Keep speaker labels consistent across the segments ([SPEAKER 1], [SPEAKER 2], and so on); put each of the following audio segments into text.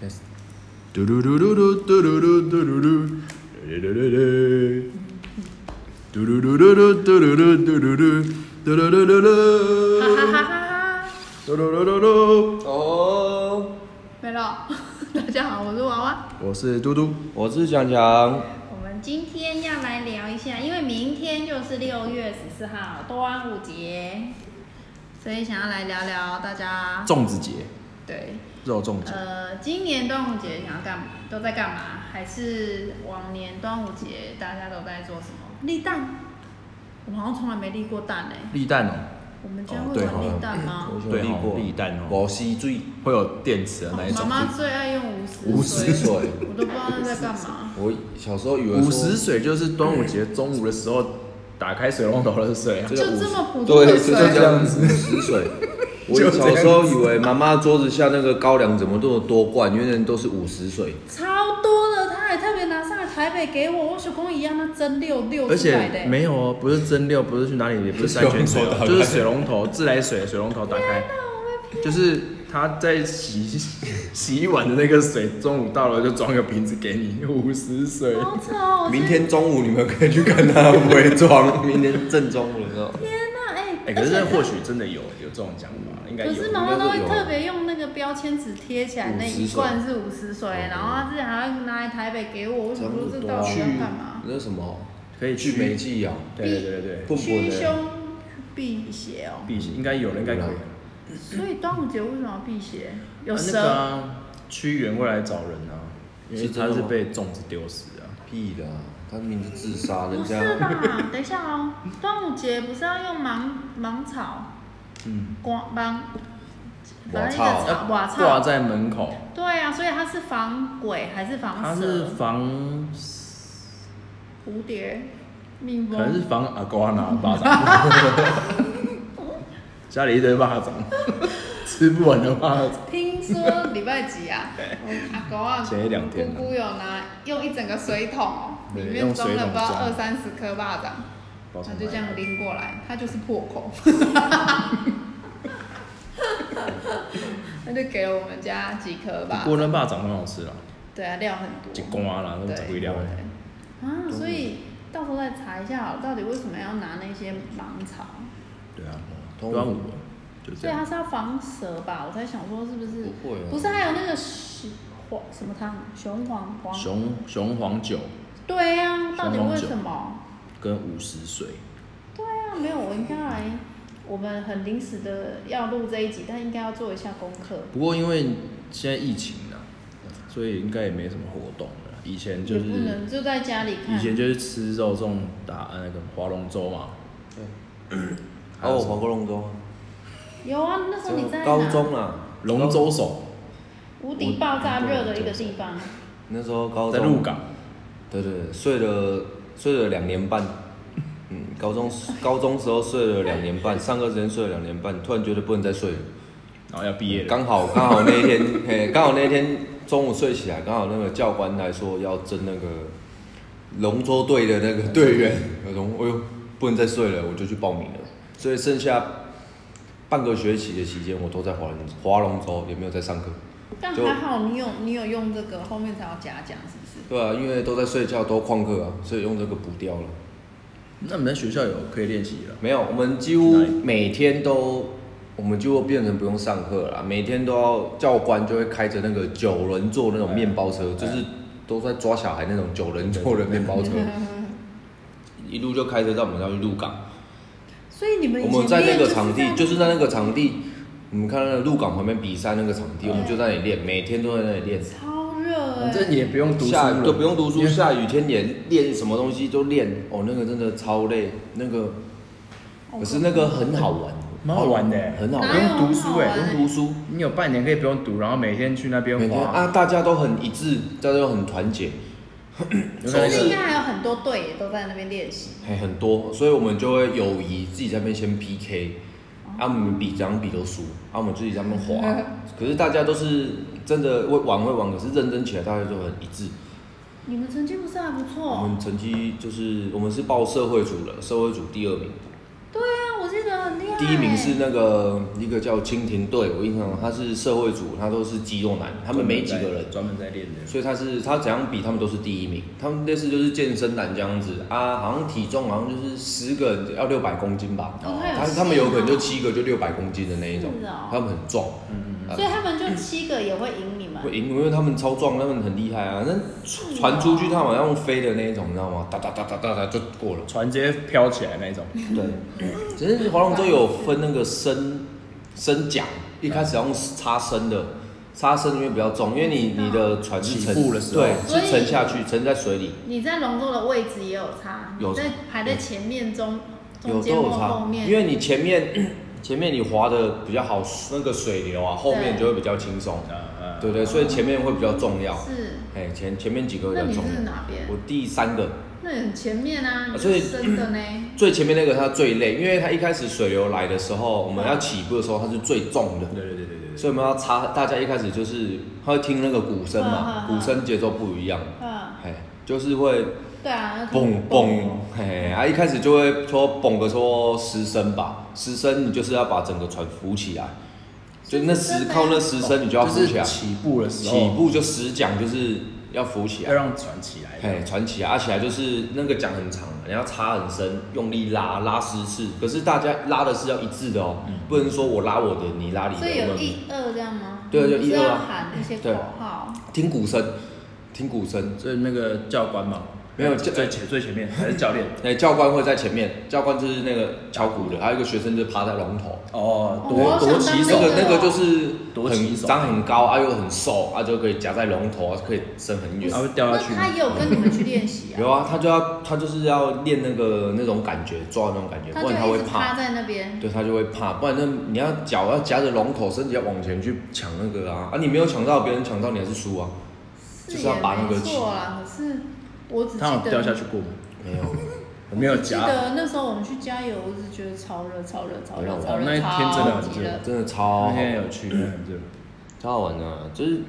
[SPEAKER 1] that's
[SPEAKER 2] 嘟噜噜噜噜嘟噜噜嘟噜噜噜噜噜噜，嘟噜噜噜噜嘟噜噜嘟噜噜嘟噜噜噜噜，嘟噜噜噜噜。
[SPEAKER 1] 哦，
[SPEAKER 3] 没 了。大家好，我是娃娃。
[SPEAKER 2] 我是嘟嘟，
[SPEAKER 1] 我是强强，
[SPEAKER 3] 我们今天要来聊一下，因为明天就是六月十四号端午节，所以想要来聊聊大家
[SPEAKER 2] 粽子节，
[SPEAKER 3] 对
[SPEAKER 2] 肉粽节，
[SPEAKER 3] 呃，今年端午节想要干嘛？都在干嘛？还是往年端午节大家都在做什么？立蛋？我们好像从来没立过蛋哎、
[SPEAKER 2] 立蛋哦，
[SPEAKER 3] 我们家
[SPEAKER 2] 哦
[SPEAKER 3] 会
[SPEAKER 2] 对
[SPEAKER 3] 玩
[SPEAKER 2] 好
[SPEAKER 3] 立蛋吗？
[SPEAKER 2] 对
[SPEAKER 1] 立
[SPEAKER 2] 哦
[SPEAKER 1] 过立蛋哦，
[SPEAKER 2] 我吸最会有电池的那一
[SPEAKER 3] 妈
[SPEAKER 2] 种。
[SPEAKER 3] 妈最爱用五十
[SPEAKER 2] 五十
[SPEAKER 3] 水，
[SPEAKER 2] 水，
[SPEAKER 3] 我都不知道那在干嘛。
[SPEAKER 1] 我小时候以为说
[SPEAKER 2] 五十水就是端午节中午的时候打开水龙头的水啊
[SPEAKER 1] 这。
[SPEAKER 3] 就这么普通
[SPEAKER 1] 对，
[SPEAKER 3] 的
[SPEAKER 1] 就
[SPEAKER 3] 水，
[SPEAKER 1] 这样子，死 水。我
[SPEAKER 2] 就这样
[SPEAKER 1] 小时候以为妈妈桌子下那个高粱怎么这么多罐，原来都是五十水。
[SPEAKER 3] 超多的，他还特别拿上来台北给我，我手工一样，那蒸馏六
[SPEAKER 2] 而
[SPEAKER 3] 出来的、
[SPEAKER 2] 且没有哦，不是蒸馏，不是去哪里，也不是山泉水哦，
[SPEAKER 1] 水龙头打开
[SPEAKER 2] 就是水龙头自来水水龙头打开，就是他在洗洗一碗的那个水，中午到了就装个瓶子给你五十水。
[SPEAKER 3] 好丑哦！
[SPEAKER 1] 明天中午你们可以去看他伪装， 明天正中午的时候。
[SPEAKER 3] 天哪，哎、
[SPEAKER 2] 哎、
[SPEAKER 3] 而
[SPEAKER 2] 可
[SPEAKER 3] 且
[SPEAKER 2] 是
[SPEAKER 3] 它
[SPEAKER 2] 或许真的有有这种讲法，应该有啊
[SPEAKER 3] 可。是妈妈都
[SPEAKER 1] 应
[SPEAKER 3] 会
[SPEAKER 1] 该会有
[SPEAKER 3] 特别用那个标签纸贴起来，那一罐是五十水，
[SPEAKER 2] 哦
[SPEAKER 3] 然后她之前还要拿来台北给我，我想说这到底
[SPEAKER 1] 去
[SPEAKER 3] 要干嘛？
[SPEAKER 1] 那什么
[SPEAKER 2] 可以
[SPEAKER 1] 去
[SPEAKER 2] 去
[SPEAKER 1] 梅记啊，
[SPEAKER 2] 对对对对对，
[SPEAKER 1] 不
[SPEAKER 3] 驱凶避邪哦。
[SPEAKER 2] 辟邪应该有人应该可以。
[SPEAKER 3] 所以端午节为什么要避邪？有
[SPEAKER 2] 啊那
[SPEAKER 3] 蛇，
[SPEAKER 2] 个啊，屈原会来找人啊，因为
[SPEAKER 1] 是真
[SPEAKER 2] 他
[SPEAKER 1] 的
[SPEAKER 2] 是
[SPEAKER 1] 吗
[SPEAKER 2] 被粽子丢死的啊。
[SPEAKER 1] 屁的啊，他名字自杀，人
[SPEAKER 3] 不
[SPEAKER 1] 家
[SPEAKER 3] 是吧？等一下哦，端午节不是要用芒芒草？
[SPEAKER 2] 嗯，呃
[SPEAKER 3] 光芒，
[SPEAKER 1] 瓦
[SPEAKER 3] 反正一个
[SPEAKER 1] 草
[SPEAKER 3] 草，瓦
[SPEAKER 2] 挂
[SPEAKER 3] 草。
[SPEAKER 2] 在门口，
[SPEAKER 3] 对啊，所以它是防鬼还是防
[SPEAKER 2] 它是
[SPEAKER 3] 蛇？
[SPEAKER 2] 防
[SPEAKER 3] 蝴蝶、蜜
[SPEAKER 2] 可能是
[SPEAKER 3] 蜂。
[SPEAKER 2] 防阿瓜拿的巴掌， 家里一堆巴掌，吃不完的巴掌。
[SPEAKER 3] 听说礼拜几啊？阿狗啊，
[SPEAKER 2] 前一两天啊
[SPEAKER 3] 姑姑有拿用一整个水桶哦，里
[SPEAKER 2] 对
[SPEAKER 3] 面装了不知道
[SPEAKER 2] 用水桶装
[SPEAKER 3] 二三十颗巴掌，
[SPEAKER 2] 包什
[SPEAKER 3] 他
[SPEAKER 2] 么
[SPEAKER 3] 就这样拎过来，他就是破口。他就给了我们家几颗吧
[SPEAKER 2] 不，过那巴掌很好吃啦，
[SPEAKER 3] 对啊，料很多。
[SPEAKER 2] 一瓜啦，那么
[SPEAKER 3] 对
[SPEAKER 2] 贵料的。
[SPEAKER 3] 啊，所以到时候再查一下好了，到底为什么要拿那些芒草？
[SPEAKER 2] 对啊，
[SPEAKER 1] 端午
[SPEAKER 2] 端午就这
[SPEAKER 3] 所以它
[SPEAKER 2] 样。
[SPEAKER 3] 是要防蛇吧？我在想说是不是？
[SPEAKER 1] 不会啊
[SPEAKER 3] 不是还有那个熊黄什么汤？雄黄黄？
[SPEAKER 2] 雄雄黄酒
[SPEAKER 3] 对呀、到底
[SPEAKER 2] 雄黄
[SPEAKER 3] 为
[SPEAKER 2] 酒
[SPEAKER 3] 什么？
[SPEAKER 2] 跟五十水，
[SPEAKER 3] 对啊，没有，我应该来。我们很临时的要录这一集，但应该要做一下功课。
[SPEAKER 2] 不过因为现在疫情啊，所以应该也没什么活动了。以前就
[SPEAKER 3] 也不
[SPEAKER 2] 是
[SPEAKER 3] 能就在家里看
[SPEAKER 2] 以。前就是吃肉粽打呃那个划龙舟嘛，
[SPEAKER 1] 还有黄过龙舟啊，
[SPEAKER 3] 有啊，那时候哦你在哪
[SPEAKER 1] 高中啊，
[SPEAKER 2] 龙舟手
[SPEAKER 3] 无敌爆炸热的一个地方，
[SPEAKER 1] 那时候高中
[SPEAKER 2] 在鹿港，
[SPEAKER 1] 对对，对睡了睡了两年半，嗯，高中高中时候睡了两年半，上课时间睡了两年半，突然觉得不能再睡了，
[SPEAKER 2] 然后要毕业了。
[SPEAKER 1] 刚好刚好那一天， 嘿，刚好那一天中午睡起来，刚好那个教官来说要征那个龙舟队的那个队员，我说哎呦不能再睡了，我就去报名了，所以剩下半个学期的期间，我都在划龙划龙舟，也没有在上课。
[SPEAKER 3] 但
[SPEAKER 1] 就
[SPEAKER 3] 还好你有你有用这个，后面才要假讲是 不是？
[SPEAKER 1] 对啊，因为都在睡觉，都旷课啊，所以用这个补掉了。
[SPEAKER 2] 那你们在学校有可以练习了？
[SPEAKER 1] 没有，我们几乎每天都，我们就会变成不用上课了啦，每天都要教官就会开着那个九人座那种面包车，就是都在抓小孩那种九人座的面 包车，一路就开车到我们要去鹿港。
[SPEAKER 3] 所以你们以
[SPEAKER 1] 我
[SPEAKER 3] 前
[SPEAKER 1] 们在那
[SPEAKER 3] 练就
[SPEAKER 1] 个
[SPEAKER 3] 是
[SPEAKER 1] 场地，就是在那个场地，你们看那个鹿港旁边比赛那个场地，我们就在那里练，每天都在那里练。
[SPEAKER 3] 超热哎、
[SPEAKER 2] 反正你也不用读书
[SPEAKER 1] 下
[SPEAKER 2] 了，
[SPEAKER 1] 雨都不用读
[SPEAKER 2] 因
[SPEAKER 1] 书，
[SPEAKER 2] 为
[SPEAKER 1] 下雨天也练什么东西都练，哦，那个真的超累，那个可是那个很好玩，
[SPEAKER 2] 蛮好玩的欸
[SPEAKER 1] 很好
[SPEAKER 3] 哦哪
[SPEAKER 1] 玩
[SPEAKER 3] 有。
[SPEAKER 2] 不用读书欸
[SPEAKER 3] 好
[SPEAKER 1] 不
[SPEAKER 3] 玩
[SPEAKER 1] 用读书，
[SPEAKER 2] 你有半年可以不用读，然后每天去那边
[SPEAKER 1] 每天
[SPEAKER 2] 滑。
[SPEAKER 1] 啊，大家都很一致，大家都很团结，
[SPEAKER 2] 有看那
[SPEAKER 3] 其实
[SPEAKER 2] 个
[SPEAKER 3] 应该还有很多队也都在那边练习。
[SPEAKER 1] 还很多，所以我们就会友谊自己在那边先 PK，啊，我们比怎样比都输，啊，我们自己在那边滑，可是大家都是真的会玩会玩，可是认真起来大家就很一致。
[SPEAKER 3] 你们成绩不是还不
[SPEAKER 1] 我
[SPEAKER 3] 错？
[SPEAKER 1] 们成绩就是我们是报社会组的，社会组第二名，
[SPEAKER 3] 对啊，我记得很厉害。
[SPEAKER 1] 第一名是那个一个叫蜻蜓队，我印象中他是社会组，他都是肌肉男，他们没几个人，
[SPEAKER 4] 专门在练的，
[SPEAKER 1] 所以他是他怎样比他们都是第一名，他们类似就是健身男这样子啊，好像体重好像就是十个人要六百公斤吧，
[SPEAKER 3] 哦他有
[SPEAKER 1] 他
[SPEAKER 3] 七
[SPEAKER 1] 他们有可
[SPEAKER 3] 哦
[SPEAKER 1] 能就七个就六百公斤的那一种
[SPEAKER 3] 是哦，
[SPEAKER 1] 他们很壮，
[SPEAKER 4] 嗯
[SPEAKER 1] 啊
[SPEAKER 3] 所以他们就七个也会赢你们。
[SPEAKER 1] 会赢，因为他们超壮，他们很厉害啊，那
[SPEAKER 3] 哦
[SPEAKER 1] 传出去他们好像飞的那一种，你知道吗？哒哒哒哒哒哒就过了。
[SPEAKER 4] 船直接飘起来那 种，
[SPEAKER 1] 对，只是划龙舟有分那个升升桨，一开始要用插升的，插升因为比较重，因为你你的船是
[SPEAKER 4] 起
[SPEAKER 1] 沉
[SPEAKER 4] 步的时候
[SPEAKER 1] 对，
[SPEAKER 3] 所
[SPEAKER 1] 是
[SPEAKER 3] 以
[SPEAKER 1] 沉下去，沉在水里，
[SPEAKER 3] 你在龙舟的位置也有差，
[SPEAKER 1] 有
[SPEAKER 3] 你在排在前面中
[SPEAKER 1] 有
[SPEAKER 3] 中
[SPEAKER 1] 都
[SPEAKER 3] 间
[SPEAKER 1] 有
[SPEAKER 3] 或后
[SPEAKER 1] 差，
[SPEAKER 3] 面，
[SPEAKER 1] 因为你前面前面你划的比较好，那个水流啊，后面就会比较轻松，
[SPEAKER 4] 啊啊，
[SPEAKER 1] 对不对？所以前面会比较重要，
[SPEAKER 3] 是。
[SPEAKER 1] 哎，前前面几个比
[SPEAKER 3] 那
[SPEAKER 1] 较
[SPEAKER 3] 你
[SPEAKER 1] 重
[SPEAKER 3] 是
[SPEAKER 1] 要。
[SPEAKER 3] 哪边
[SPEAKER 1] 我？第三个
[SPEAKER 3] 那你很前面啊，你
[SPEAKER 1] 所以
[SPEAKER 3] 是真的 呢。
[SPEAKER 1] 最前面那个它最累，因为它一开始水流来的时候，我们要起步的时候它是最重的，
[SPEAKER 4] 对对对对对对，
[SPEAKER 1] 所以我们要插，大家一开始就是他会听那个鼓声嘛，
[SPEAKER 3] 嗯嗯嗯
[SPEAKER 1] 鼓声节奏不一样，
[SPEAKER 3] 嗯，
[SPEAKER 1] 哎，就是会
[SPEAKER 3] 对啊，
[SPEAKER 1] 蹦蹦，哎，啊一开始就会说蹦个说十声吧，十声你就是要把整个船浮起来，就那十
[SPEAKER 3] 10
[SPEAKER 1] 靠那十声你就要浮起来，
[SPEAKER 4] 是起步的时候，
[SPEAKER 1] 起步就十桨就是要浮起
[SPEAKER 4] 要
[SPEAKER 1] 来，
[SPEAKER 4] 让船起来，
[SPEAKER 1] 哎，船起来，啊起来就是那个桨很长，你要插很深，用力拉拉十次，可是大家拉的是要一致的哦，
[SPEAKER 4] 嗯
[SPEAKER 1] 不能说我拉我的，你拉你的，
[SPEAKER 3] 所以
[SPEAKER 1] 我
[SPEAKER 3] 有
[SPEAKER 1] 们
[SPEAKER 3] 一二这样吗？
[SPEAKER 1] 对就
[SPEAKER 3] 你是
[SPEAKER 1] 一二
[SPEAKER 3] 要
[SPEAKER 1] 啊
[SPEAKER 3] 喊一些
[SPEAKER 1] 对
[SPEAKER 3] 口号，
[SPEAKER 4] 啊
[SPEAKER 1] 听鼓声，听鼓声。
[SPEAKER 4] 所以那个教官嘛，呃
[SPEAKER 1] 没有教
[SPEAKER 4] 最前最前面还是教练，
[SPEAKER 1] 哎、教官会在前面，教官就是那个敲鼓的，还有一个学生就趴在龙头，
[SPEAKER 4] 哦，
[SPEAKER 3] 我
[SPEAKER 4] 夺
[SPEAKER 3] 好
[SPEAKER 4] 夺
[SPEAKER 3] 想
[SPEAKER 4] 旗
[SPEAKER 3] 当
[SPEAKER 4] 手
[SPEAKER 3] 那，个
[SPEAKER 1] 那个
[SPEAKER 3] 哦
[SPEAKER 1] 那个就是
[SPEAKER 4] 多
[SPEAKER 1] 很
[SPEAKER 4] 骑手
[SPEAKER 1] 长很高啊，又很瘦啊，就可以夹在龙头啊，可以伸很远
[SPEAKER 4] 他。会掉
[SPEAKER 3] 那
[SPEAKER 4] 下去，
[SPEAKER 3] 他也有跟你们去练习啊，
[SPEAKER 1] 有啊，他就要他就是要练那个那种感觉，抓那种感觉，
[SPEAKER 3] 他
[SPEAKER 1] 不然他
[SPEAKER 3] 就一
[SPEAKER 1] 会
[SPEAKER 3] 直趴
[SPEAKER 1] 怕，
[SPEAKER 3] 在那边，
[SPEAKER 1] 对他就会怕，不然那你要脚要夹着龙头，身体要往前去抢那个啊，啊你没有抢到，别人抢到你还是输啊，就是
[SPEAKER 3] 也
[SPEAKER 1] 要把那个
[SPEAKER 3] 没错啦。可是我只记
[SPEAKER 4] 他有
[SPEAKER 3] 得
[SPEAKER 4] 掉下去过吗？
[SPEAKER 1] 没 有，
[SPEAKER 4] 我没有
[SPEAKER 3] 记
[SPEAKER 4] 夹，
[SPEAKER 3] 得那时候我们去加油，我只觉得超热，超热，超热，
[SPEAKER 1] 哦
[SPEAKER 3] 超热，
[SPEAKER 4] 那一天真的
[SPEAKER 3] 超
[SPEAKER 4] 很
[SPEAKER 3] 级
[SPEAKER 4] 热
[SPEAKER 3] 热。
[SPEAKER 1] 真的超
[SPEAKER 4] 那
[SPEAKER 1] 好，
[SPEAKER 4] 天有去，对
[SPEAKER 1] 超好玩的、啊，就是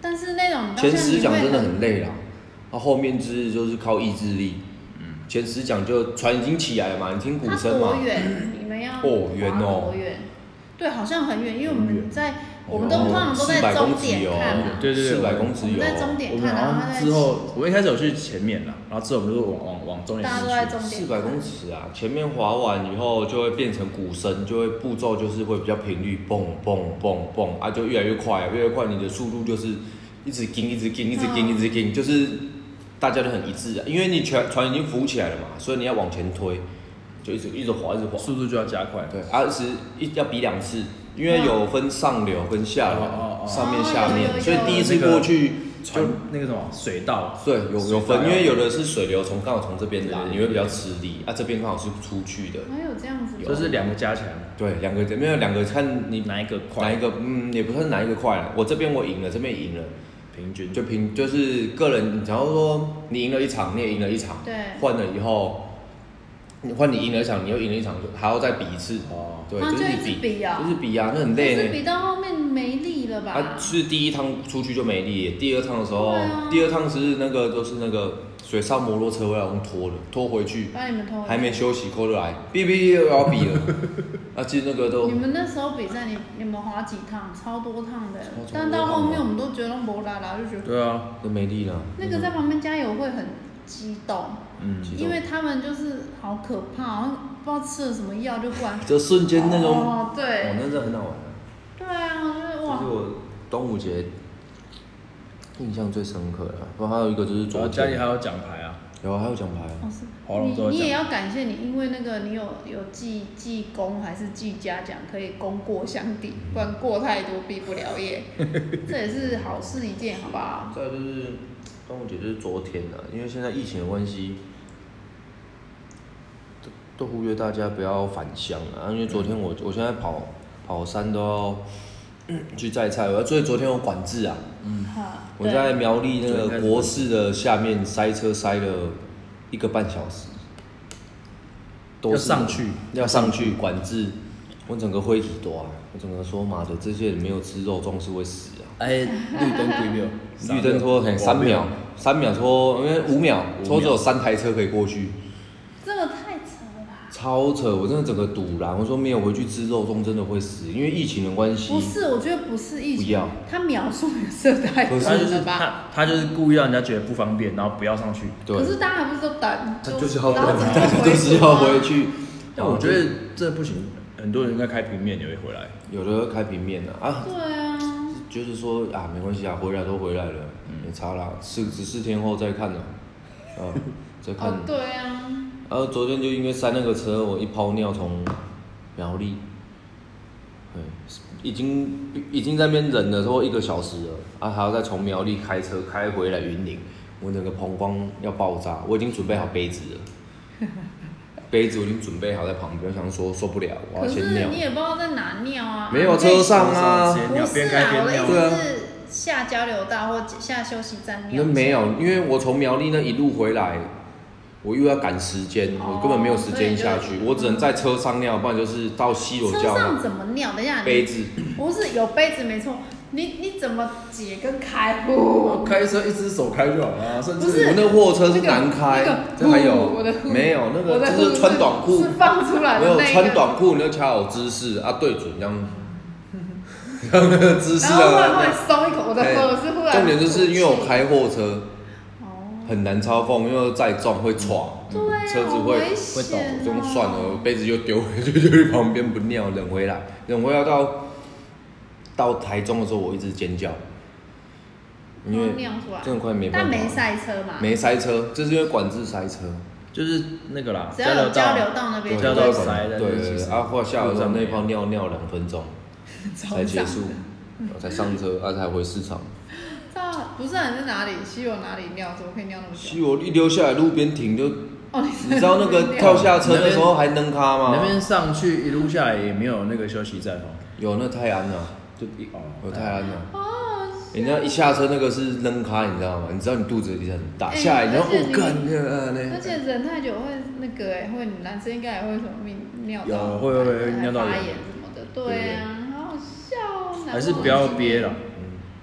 [SPEAKER 3] 但是那种
[SPEAKER 1] 前十讲真的很累啦，那后面之就是靠意志力。前十讲就船已经起来了嘛，你听鼓
[SPEAKER 3] 它
[SPEAKER 1] 声嘛
[SPEAKER 3] 多。远？你们要
[SPEAKER 1] 哦远哦嗯
[SPEAKER 3] 划多远？对，好像很远，因为我
[SPEAKER 4] 很
[SPEAKER 3] 们
[SPEAKER 4] 远
[SPEAKER 3] 在我们都通常都
[SPEAKER 1] 400
[SPEAKER 3] 在终
[SPEAKER 1] 哦公尺哦
[SPEAKER 3] 点
[SPEAKER 1] 有
[SPEAKER 3] 看啊嘛，
[SPEAKER 4] 对对对
[SPEAKER 1] 四百公
[SPEAKER 3] 我
[SPEAKER 1] 尺
[SPEAKER 3] 们
[SPEAKER 1] 有
[SPEAKER 3] 在终
[SPEAKER 4] 我
[SPEAKER 3] 点
[SPEAKER 4] 们
[SPEAKER 3] 看，
[SPEAKER 4] 好
[SPEAKER 3] 然后他
[SPEAKER 4] 像
[SPEAKER 3] 在
[SPEAKER 4] 之后，我一开始有去前面啦，然后之后我们就往往往中间
[SPEAKER 3] 大家
[SPEAKER 4] 市
[SPEAKER 3] 都在
[SPEAKER 4] 区
[SPEAKER 3] 终点
[SPEAKER 1] 四百公尺啊，前面滑完以后就会变成鼓声，就会步骤就是会比较频率，蹦蹦蹦蹦啊，就越来越快，越来越快，你的速度就是一直跟，一直跟，一直跟，
[SPEAKER 3] 嗯
[SPEAKER 1] 一直跟，就是大家都很一致啊，因为你船船已经浮起来了嘛，所以你要往前推，就一直一直滑，一直滑，
[SPEAKER 4] 速度就要加快，
[SPEAKER 1] 对，啊，是一要比两次，因为有分上流跟下流，
[SPEAKER 4] 哦哦哦
[SPEAKER 1] 上
[SPEAKER 3] 嗯
[SPEAKER 1] 面
[SPEAKER 3] 哦
[SPEAKER 1] 下
[SPEAKER 3] 有有
[SPEAKER 1] 面，
[SPEAKER 3] 有
[SPEAKER 1] 所以第一次过去就
[SPEAKER 4] 船那个什么水道，
[SPEAKER 1] 对有有
[SPEAKER 4] 水道
[SPEAKER 1] 分，因为有的是水流从刚好从这边来，
[SPEAKER 4] 对对对
[SPEAKER 1] 你会比较吃力，啊这边刚好是出去的，
[SPEAKER 3] 还有这样子的，
[SPEAKER 4] 就是两个加起来，
[SPEAKER 1] 对，两个没有两个看你
[SPEAKER 4] 哪一个
[SPEAKER 1] 哪
[SPEAKER 4] 快？
[SPEAKER 1] 一个，嗯，也不算哪一个快了，我这边我赢了，这边赢了，
[SPEAKER 4] 平均
[SPEAKER 1] 就平就是个人，假如说你赢了一场，你也赢了一场，
[SPEAKER 3] 对
[SPEAKER 1] 换了以后，你换你赢了一场，你又赢了一场，就还要再比一次，
[SPEAKER 4] 哦，
[SPEAKER 1] 对，
[SPEAKER 3] 啊
[SPEAKER 1] 就是
[SPEAKER 3] 就一
[SPEAKER 1] 你
[SPEAKER 3] 直
[SPEAKER 1] 比，
[SPEAKER 3] 比啊
[SPEAKER 1] 就是比啊，那很
[SPEAKER 3] 可
[SPEAKER 1] 累
[SPEAKER 3] 是
[SPEAKER 1] 呢。
[SPEAKER 3] 比到后面没力了吧
[SPEAKER 1] 他？啊是第一趟出去就没力，第二趟的时候，
[SPEAKER 3] 对啊
[SPEAKER 1] 第二趟是那个就是那个水上摩托车我老公拖了，拖回去，
[SPEAKER 3] 把你们拖回去
[SPEAKER 1] 还没休息，扣了来，哔哔又要比 了，啊，其实那个都
[SPEAKER 3] 你们那时候比赛，你你们滑几趟，超多趟的
[SPEAKER 1] 超多趟，哦
[SPEAKER 3] 但到后面我们都觉得没啦啦，就觉得
[SPEAKER 4] 对啊，
[SPEAKER 1] 都没力了，
[SPEAKER 3] 那个在旁边加油会很激动，
[SPEAKER 4] 嗯，
[SPEAKER 1] 嗯激动
[SPEAKER 3] 因为他们就是好可怕，好像不知道吃了什么药就过来。
[SPEAKER 1] 这瞬间那种，哦，
[SPEAKER 3] 哦，对，
[SPEAKER 1] 那真的很好玩啊，
[SPEAKER 3] 对啊，我觉得
[SPEAKER 1] 这
[SPEAKER 3] 哇
[SPEAKER 1] 是，我端午节印象最深刻的，然后还有一个就是
[SPEAKER 4] 然
[SPEAKER 1] 昨
[SPEAKER 4] 后哦家里
[SPEAKER 1] 天
[SPEAKER 4] 还，有奖牌啊，
[SPEAKER 1] 有啊还有奖牌啊，
[SPEAKER 3] 老师
[SPEAKER 4] 喉咙都有
[SPEAKER 3] 你你
[SPEAKER 4] 讲
[SPEAKER 3] 也要感谢你，因为那个你有有记记功还是记嘉奖，可以功过相抵，不然过太多毕不了 业，这也是好事一件，好不好？
[SPEAKER 1] 再来就是端午节就是昨天了、因为现在疫情的关系，都都忽略大家不要返乡了、啊。因为昨天我我现在跑跑山都要 嗯去摘菜，我所以昨天有管制啊。
[SPEAKER 3] 哈，
[SPEAKER 1] 我在苗栗那
[SPEAKER 4] 昨天开
[SPEAKER 1] 个
[SPEAKER 4] 始
[SPEAKER 1] 国四的下面塞车塞了一个半小时，
[SPEAKER 4] 要上去
[SPEAKER 1] 要上去管制，我整个灰体多啊！我整个说妈的，这些人没有吃肉粽是会死啊！
[SPEAKER 4] 哎，绿灯几 秒？
[SPEAKER 1] 绿灯拖很三秒，三秒拖，因为五秒
[SPEAKER 4] 五
[SPEAKER 1] 拖只有
[SPEAKER 4] 秒
[SPEAKER 1] 三台车可以过去，
[SPEAKER 3] 这个太扯了吧，
[SPEAKER 1] 超扯！我真的整个堵然，我说没有回去吃肉粽真的会死，因为疫情的关系。
[SPEAKER 3] 不是，我觉得不是疫
[SPEAKER 1] 不
[SPEAKER 3] 情
[SPEAKER 1] 要，
[SPEAKER 3] 他描述也是太
[SPEAKER 1] 不
[SPEAKER 3] 准
[SPEAKER 1] 是
[SPEAKER 2] 他就是
[SPEAKER 3] 了吧？
[SPEAKER 2] 他他就是故意让人家觉得不方便，然后不要上去。
[SPEAKER 1] 对
[SPEAKER 3] 可，是大家还不是都等，
[SPEAKER 4] 他就是要
[SPEAKER 3] 然后
[SPEAKER 4] 等
[SPEAKER 3] 整
[SPEAKER 1] 大
[SPEAKER 3] 个
[SPEAKER 1] 家都啊是要回去。哦
[SPEAKER 2] 但我觉得这不行，很多人应该开平面也会回来。
[SPEAKER 1] 有的开平面啊，啊，
[SPEAKER 3] 对啊，
[SPEAKER 1] 就是说啊，没关系啊，回来都回来了，没差啦，是只是天后再看了，啊，再看。
[SPEAKER 3] 哦对啊，
[SPEAKER 1] 然后昨天就因为塞那个车，我一泡尿从苗栗，对，已经已经在那边忍了超过一个小时了，啊，还要再从苗栗开车开回来云林，我整个膀胱要爆炸，我已经准备好杯子了，杯子我已经准备好在旁边，想说受不了，我 要
[SPEAKER 3] 可
[SPEAKER 1] 先
[SPEAKER 3] 是
[SPEAKER 1] 尿
[SPEAKER 3] 你，也不知道在哪尿啊，
[SPEAKER 1] 没有车上啊
[SPEAKER 2] 边
[SPEAKER 3] 不
[SPEAKER 2] 尿
[SPEAKER 3] 是
[SPEAKER 2] 边
[SPEAKER 3] 啊
[SPEAKER 2] 开，边
[SPEAKER 3] 我的
[SPEAKER 2] 尿。
[SPEAKER 1] 对啊
[SPEAKER 3] 意思是下交流道或下休息站尿
[SPEAKER 1] 那
[SPEAKER 3] 一下。
[SPEAKER 1] 没有，因为我从苗栗那一路回来，我又要赶时间，
[SPEAKER 3] 哦
[SPEAKER 1] 我根本没有时间下
[SPEAKER 3] 所以
[SPEAKER 1] 去
[SPEAKER 3] 你，就
[SPEAKER 1] 我只能在车上尿，不然就是到西螺
[SPEAKER 3] 车
[SPEAKER 1] 叫
[SPEAKER 3] 上怎么尿？等一下，
[SPEAKER 1] 杯
[SPEAKER 3] 你
[SPEAKER 1] 子。
[SPEAKER 3] 不是有杯子没错，你你怎么解跟开？呼
[SPEAKER 2] 开车一只手开就好
[SPEAKER 1] 啊
[SPEAKER 2] 了，甚
[SPEAKER 3] 不是
[SPEAKER 1] 我那货 车是难开，
[SPEAKER 3] 那个
[SPEAKER 1] 这还有
[SPEAKER 3] 呼我的呼
[SPEAKER 1] 没有那
[SPEAKER 3] 我
[SPEAKER 1] 个
[SPEAKER 3] 的
[SPEAKER 1] 就是穿短裤
[SPEAKER 3] 是，放出来
[SPEAKER 1] 没
[SPEAKER 3] 的
[SPEAKER 1] 有
[SPEAKER 3] 那一
[SPEAKER 1] 穿
[SPEAKER 3] 个。
[SPEAKER 1] 短裤，你要掐好姿势啊，对准 这样，这样那个姿势
[SPEAKER 3] 然后会
[SPEAKER 1] 啊
[SPEAKER 3] 会。松一口，我的
[SPEAKER 1] 哎
[SPEAKER 3] 喝是忽然。
[SPEAKER 1] 重点就是因为我。开货车
[SPEAKER 3] 哦。
[SPEAKER 1] 很难操控，因为再重会闯，
[SPEAKER 3] 对啊，
[SPEAKER 1] 车子
[SPEAKER 3] 好
[SPEAKER 1] 会
[SPEAKER 3] 危险
[SPEAKER 1] 会抖，
[SPEAKER 3] 哦
[SPEAKER 1] 这样算了，我杯子就丢回去，就去旁边不尿，忍回来，忍回来到到台中的时候，我一直尖叫，因为
[SPEAKER 3] 啊都尿出来
[SPEAKER 1] 真的快没办
[SPEAKER 3] 但
[SPEAKER 1] 法，
[SPEAKER 3] 没塞车嘛，
[SPEAKER 1] 没塞车，这是因为管制塞车。
[SPEAKER 2] 就是那个啦，
[SPEAKER 3] 只要有交
[SPEAKER 2] 交
[SPEAKER 3] 流道那边
[SPEAKER 2] 对
[SPEAKER 3] 就
[SPEAKER 2] 交
[SPEAKER 1] 都
[SPEAKER 2] 流
[SPEAKER 1] 要
[SPEAKER 2] 道
[SPEAKER 3] 会
[SPEAKER 2] 塞的，
[SPEAKER 1] 对
[SPEAKER 2] 其
[SPEAKER 1] 对
[SPEAKER 2] 实
[SPEAKER 1] 对，啊，或下
[SPEAKER 2] 路
[SPEAKER 1] 午
[SPEAKER 2] 上
[SPEAKER 1] 那
[SPEAKER 2] 没
[SPEAKER 1] 一
[SPEAKER 2] 有
[SPEAKER 1] 泡尿尿两分钟才结束，然后才上车，啊，才回市场。
[SPEAKER 3] 到不是啊，你是哪里？西游哪里尿？怎么可以尿那么久？
[SPEAKER 1] 西我一溜下来，路 边停就，
[SPEAKER 3] 哦，
[SPEAKER 1] 你知道那个跳下车的时候还蹬他吗
[SPEAKER 2] 那？边上去一路下来也没有那个休息站哦。
[SPEAKER 1] 有那泰安呐、就一
[SPEAKER 2] 哦
[SPEAKER 1] 有泰安呐、
[SPEAKER 3] 哦，
[SPEAKER 1] 人家一下车那个是扔开，你知道吗？你知道你肚子也很大，
[SPEAKER 3] 哎
[SPEAKER 1] 下来你要
[SPEAKER 3] 而且
[SPEAKER 1] 哦
[SPEAKER 3] 你
[SPEAKER 1] 干那个啊
[SPEAKER 3] 而
[SPEAKER 1] 那，
[SPEAKER 3] 且忍太久会那个哎、会男生应该也会什么尿道
[SPEAKER 2] 有会会会
[SPEAKER 3] 还
[SPEAKER 2] 尿道
[SPEAKER 3] 发
[SPEAKER 2] 炎
[SPEAKER 3] 炎什么的，对啊，好好笑哦。
[SPEAKER 2] 还是不要憋了，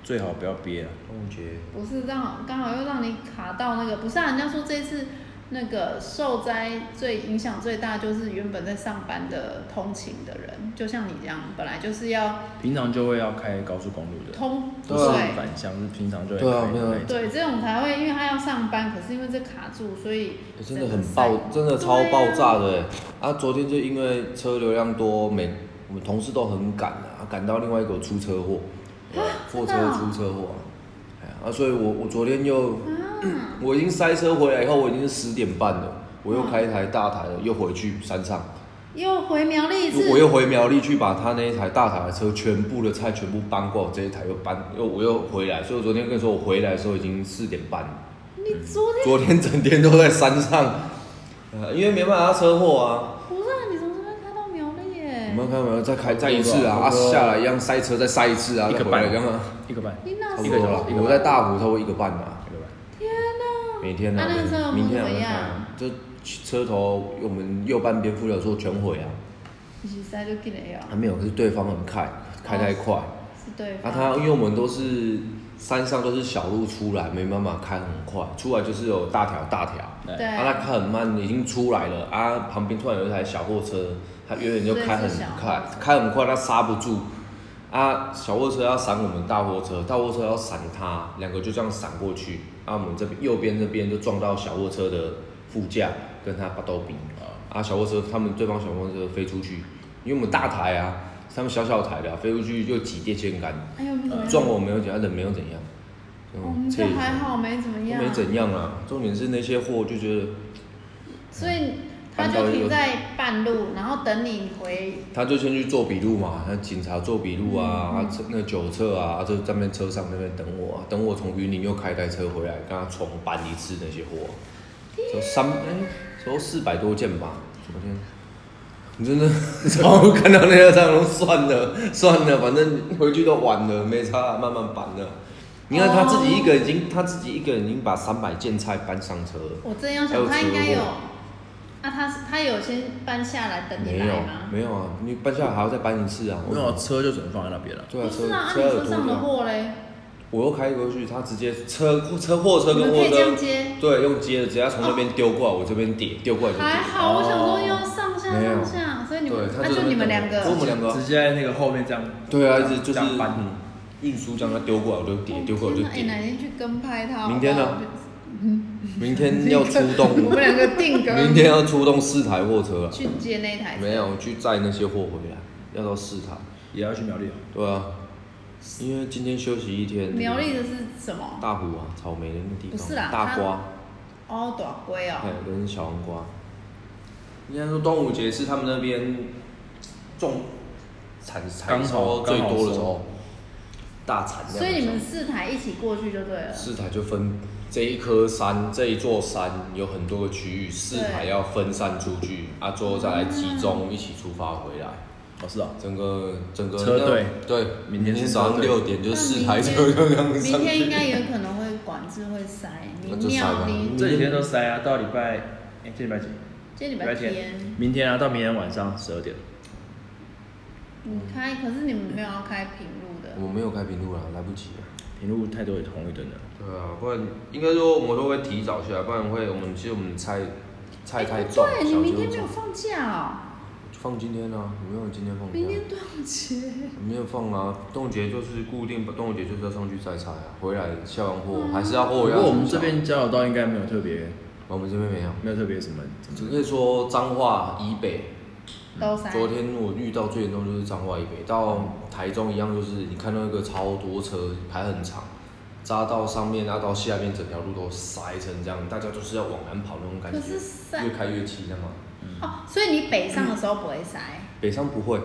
[SPEAKER 2] 最好不要憋了。
[SPEAKER 1] 冻结
[SPEAKER 3] 不是让好刚好又让你卡到那个，不是、啊、人家说这次那个受灾最影响最大就是原本在上班的通勤的人，就像你这样，本来就是要
[SPEAKER 2] 平常就会要开高速公路的，
[SPEAKER 3] 通
[SPEAKER 2] 不是返乡，是平常就会
[SPEAKER 1] 啊对啊
[SPEAKER 2] 开
[SPEAKER 1] 没有
[SPEAKER 2] 那一种。
[SPEAKER 3] 对，这种才会，因为他要上班，可是因为这卡住，所以
[SPEAKER 1] 欸真的
[SPEAKER 3] 整
[SPEAKER 1] 很
[SPEAKER 3] 个塞
[SPEAKER 1] 爆，真的超爆
[SPEAKER 3] 对啊
[SPEAKER 1] 炸。的、欸。啊，昨天就因为车流量多，每我们同事都很赶啊，赶到另外一个出车祸，对货车
[SPEAKER 3] 真的哦
[SPEAKER 1] 出车祸啊。哎呀啊，所以我我昨天又，
[SPEAKER 3] 啊，
[SPEAKER 1] 我已经塞车回来以后，我已经是十点半了，我又开一台大台了，又回去山上，
[SPEAKER 3] 又回苗栗一次，
[SPEAKER 1] 我又回苗栗去把他那一台大台的车全部的菜全部搬过来，我这一台又搬又我又回来，所以我昨天跟你说我回来的时候已经四点半了。
[SPEAKER 3] 你昨天
[SPEAKER 1] 昨天整天都在山上， 呃，因为没办法他车祸啊。
[SPEAKER 3] 不是啊你从这边开到苗栗
[SPEAKER 1] 我
[SPEAKER 3] 耶？
[SPEAKER 1] 们看有没有再开再一次啊？
[SPEAKER 2] 差
[SPEAKER 1] 啊，
[SPEAKER 2] 不多
[SPEAKER 1] 下来一样塞车，再塞一次啊，
[SPEAKER 2] 一
[SPEAKER 1] 再
[SPEAKER 2] 个
[SPEAKER 1] 回来
[SPEAKER 2] 半
[SPEAKER 1] 干嘛？
[SPEAKER 2] 一个半，
[SPEAKER 3] 你哪
[SPEAKER 1] 差
[SPEAKER 3] 是
[SPEAKER 1] 不多了，我在大湖差不多一个半啊，
[SPEAKER 2] 一个半。
[SPEAKER 3] 天哪！
[SPEAKER 1] 每天啊
[SPEAKER 3] 啊，那个时候，
[SPEAKER 1] 明
[SPEAKER 3] 怎
[SPEAKER 1] 天
[SPEAKER 3] 么
[SPEAKER 1] 还会看
[SPEAKER 3] 样？
[SPEAKER 1] 啊，就车头我们右半边副流座全毁啊，
[SPEAKER 3] 一起塞就进来
[SPEAKER 1] 还
[SPEAKER 3] 了，
[SPEAKER 1] 没有，可是对方很开，开太
[SPEAKER 3] 哦
[SPEAKER 1] 快，
[SPEAKER 3] 是对
[SPEAKER 1] 啊，
[SPEAKER 3] 方。
[SPEAKER 1] 他因为我们都是山上都是小路出来，没办法开很快，出来就是有大条大条。
[SPEAKER 3] 对，
[SPEAKER 1] 啊，他开很慢，已经出来了啊！旁边突然有一台小货车，他远远就开
[SPEAKER 3] 所
[SPEAKER 1] 很
[SPEAKER 3] 以是小
[SPEAKER 1] 快
[SPEAKER 3] 货，车
[SPEAKER 1] 开很快，他刹不住啊！小货车要闪我们大货车，大货车要闪他，两个就这样闪过去啊！我们这边右边这边就撞到小货车的副驾，跟他把斗比啊！小货车他们对方小货车飞出去，因为我们大台啊，他们小小台的啊、飞出去就挤电线杆，
[SPEAKER 3] 哎呦，你怎么样
[SPEAKER 1] 撞我没有怎样，人没有怎样，嗯
[SPEAKER 3] 我们
[SPEAKER 1] 哦这
[SPEAKER 3] 嗯就
[SPEAKER 1] 一下
[SPEAKER 3] 还好，没怎么
[SPEAKER 1] 都
[SPEAKER 3] 样。
[SPEAKER 1] 没怎样啊。重点是那些货就觉得。
[SPEAKER 3] 所以他就停在半路，然后等你回。
[SPEAKER 1] 他就先去做笔录嘛，那警察做笔录啊，啊车那酒测啊，啊就在那边车上那边等我、啊，等我从云林又开台车回来，跟他重搬一次那些货，就三哎，说四百多件吧，昨天。你真的， 然后看到那个张龙，算了算了，反正回去都晚了，没差啊，慢慢搬了。你看他自己一个人已
[SPEAKER 3] 哦
[SPEAKER 1] 经，他自己一个人已经把三百件菜搬上车了，
[SPEAKER 3] 我真要
[SPEAKER 1] 还有
[SPEAKER 3] 想，他应该
[SPEAKER 1] 车
[SPEAKER 3] 有
[SPEAKER 1] 祸。
[SPEAKER 3] 啊，他是他有先搬下来等你
[SPEAKER 1] 没
[SPEAKER 3] 来
[SPEAKER 1] 有
[SPEAKER 3] 吗？
[SPEAKER 1] 没有啊，你搬下来还要再搬一次啊。我
[SPEAKER 2] 没有车就只能放在那边了。
[SPEAKER 1] 对啊，
[SPEAKER 3] 不是啊，
[SPEAKER 1] 车
[SPEAKER 3] 啊
[SPEAKER 1] 车
[SPEAKER 3] 你车
[SPEAKER 1] 有多
[SPEAKER 3] 上的
[SPEAKER 1] 大
[SPEAKER 3] 货嘞？
[SPEAKER 1] 我又开过去，他直接车车货车
[SPEAKER 3] 你
[SPEAKER 1] 跟
[SPEAKER 3] 们可
[SPEAKER 1] 货
[SPEAKER 3] 以这
[SPEAKER 1] 车
[SPEAKER 3] 样，接。啊
[SPEAKER 1] 对，用接的，直接从那边丢过来，我这边叠，丢过来就叠。哦
[SPEAKER 3] 还好，我想说要上下下
[SPEAKER 1] 没有
[SPEAKER 3] 上下，所以你们
[SPEAKER 1] 对他
[SPEAKER 3] 那
[SPEAKER 1] 就
[SPEAKER 3] 就你们两个
[SPEAKER 1] 跟我们两个啊
[SPEAKER 2] 直接在那个后面这样。
[SPEAKER 1] 对啊，一直就是
[SPEAKER 2] 这样搬
[SPEAKER 1] 嗯，运输这样它丢过来我就叠，
[SPEAKER 3] 哦
[SPEAKER 1] 丢过来我就
[SPEAKER 3] 天哪哎哪
[SPEAKER 1] 叠。
[SPEAKER 3] 天去跟拍他好不好？
[SPEAKER 1] 明天呢明天要出
[SPEAKER 3] 我们
[SPEAKER 1] 动，
[SPEAKER 3] 两个定格，
[SPEAKER 1] 明天要出动四台货车了。
[SPEAKER 3] 去接那台车
[SPEAKER 1] 没有去载那些货回来，要到四台。
[SPEAKER 2] 也要去苗栗啊？
[SPEAKER 1] 对啊，因为今天休息一天。
[SPEAKER 3] 苗栗的是什么？
[SPEAKER 1] 大湖啊，草莓的那个地
[SPEAKER 3] 不
[SPEAKER 1] 方，
[SPEAKER 3] 是啦
[SPEAKER 1] 大瓜，
[SPEAKER 3] 哦，短龟
[SPEAKER 1] 还
[SPEAKER 3] 哦，
[SPEAKER 1] 有跟小黄瓜。应该说端午节是他们那边种产产
[SPEAKER 2] 刚好
[SPEAKER 1] 收最多的
[SPEAKER 2] 刚
[SPEAKER 1] 时
[SPEAKER 2] 好
[SPEAKER 1] 候，大产量的时候。
[SPEAKER 3] 所以你们四台一起过去就对了。
[SPEAKER 1] 四台就分这一颗山，这一座山有很多个区域，四台要分散出去，啊，最后再来
[SPEAKER 3] 嗯
[SPEAKER 1] 集中一起出发回来。
[SPEAKER 2] 哦，是啊。
[SPEAKER 1] 整个整个
[SPEAKER 2] 车队
[SPEAKER 1] 那对，
[SPEAKER 2] 明天是
[SPEAKER 1] 天早
[SPEAKER 2] 车
[SPEAKER 1] 上
[SPEAKER 2] 队
[SPEAKER 1] 六点就
[SPEAKER 3] 那
[SPEAKER 1] 四
[SPEAKER 3] 明
[SPEAKER 1] 台
[SPEAKER 3] 天
[SPEAKER 1] 车就这样
[SPEAKER 3] 明
[SPEAKER 1] 上
[SPEAKER 3] 天应该
[SPEAKER 1] 去。
[SPEAKER 3] 也有可能会管制会塞，你
[SPEAKER 1] 那就塞
[SPEAKER 3] 庙
[SPEAKER 1] 吧
[SPEAKER 3] 离
[SPEAKER 1] 嗯
[SPEAKER 2] 这几天都塞啊，到礼拜，哎，这礼拜几？
[SPEAKER 3] 今天礼拜天，
[SPEAKER 2] 明天啊，到明天晚上十二点。
[SPEAKER 3] 你开，可是你们没有要开平路的，
[SPEAKER 1] 我没有开平路啦，来不及了。
[SPEAKER 2] 平路太多也红绿灯了。
[SPEAKER 1] 对啊，不然应该说我们都会提早去啊，不然会我们其实我们菜菜太重，
[SPEAKER 3] 哎对，你
[SPEAKER 1] 小
[SPEAKER 3] 明
[SPEAKER 1] 就
[SPEAKER 3] 天没
[SPEAKER 1] 重
[SPEAKER 3] 有。放假哦，
[SPEAKER 1] 放今天啊，我没有今天放假。
[SPEAKER 3] 明天端午节，
[SPEAKER 1] 没有放啊，端午节就是固定，端午节就是要上去摘菜啊，回来下完货、
[SPEAKER 3] 嗯
[SPEAKER 1] 还是要
[SPEAKER 2] 不
[SPEAKER 1] 货
[SPEAKER 2] 过
[SPEAKER 1] 哦要。啊
[SPEAKER 2] 我们这，边交流道应该没有特别，
[SPEAKER 1] 我们这边没有，
[SPEAKER 2] 没有特别什么怎
[SPEAKER 1] 只
[SPEAKER 2] 么。
[SPEAKER 1] 可以说彰化以北。
[SPEAKER 3] 都塞。
[SPEAKER 1] 昨天我遇到最严重就是彰化以北，到台中一样，就是你看到那个超多车排很长，扎到上面，拉到下面，整条路都塞成这样，大家就是要往南跑那种感
[SPEAKER 3] 可
[SPEAKER 1] 觉
[SPEAKER 3] 是，塞
[SPEAKER 1] 越开越气，知道吗？
[SPEAKER 3] 哦，所以你北上的时候不会塞，
[SPEAKER 1] 北上不会，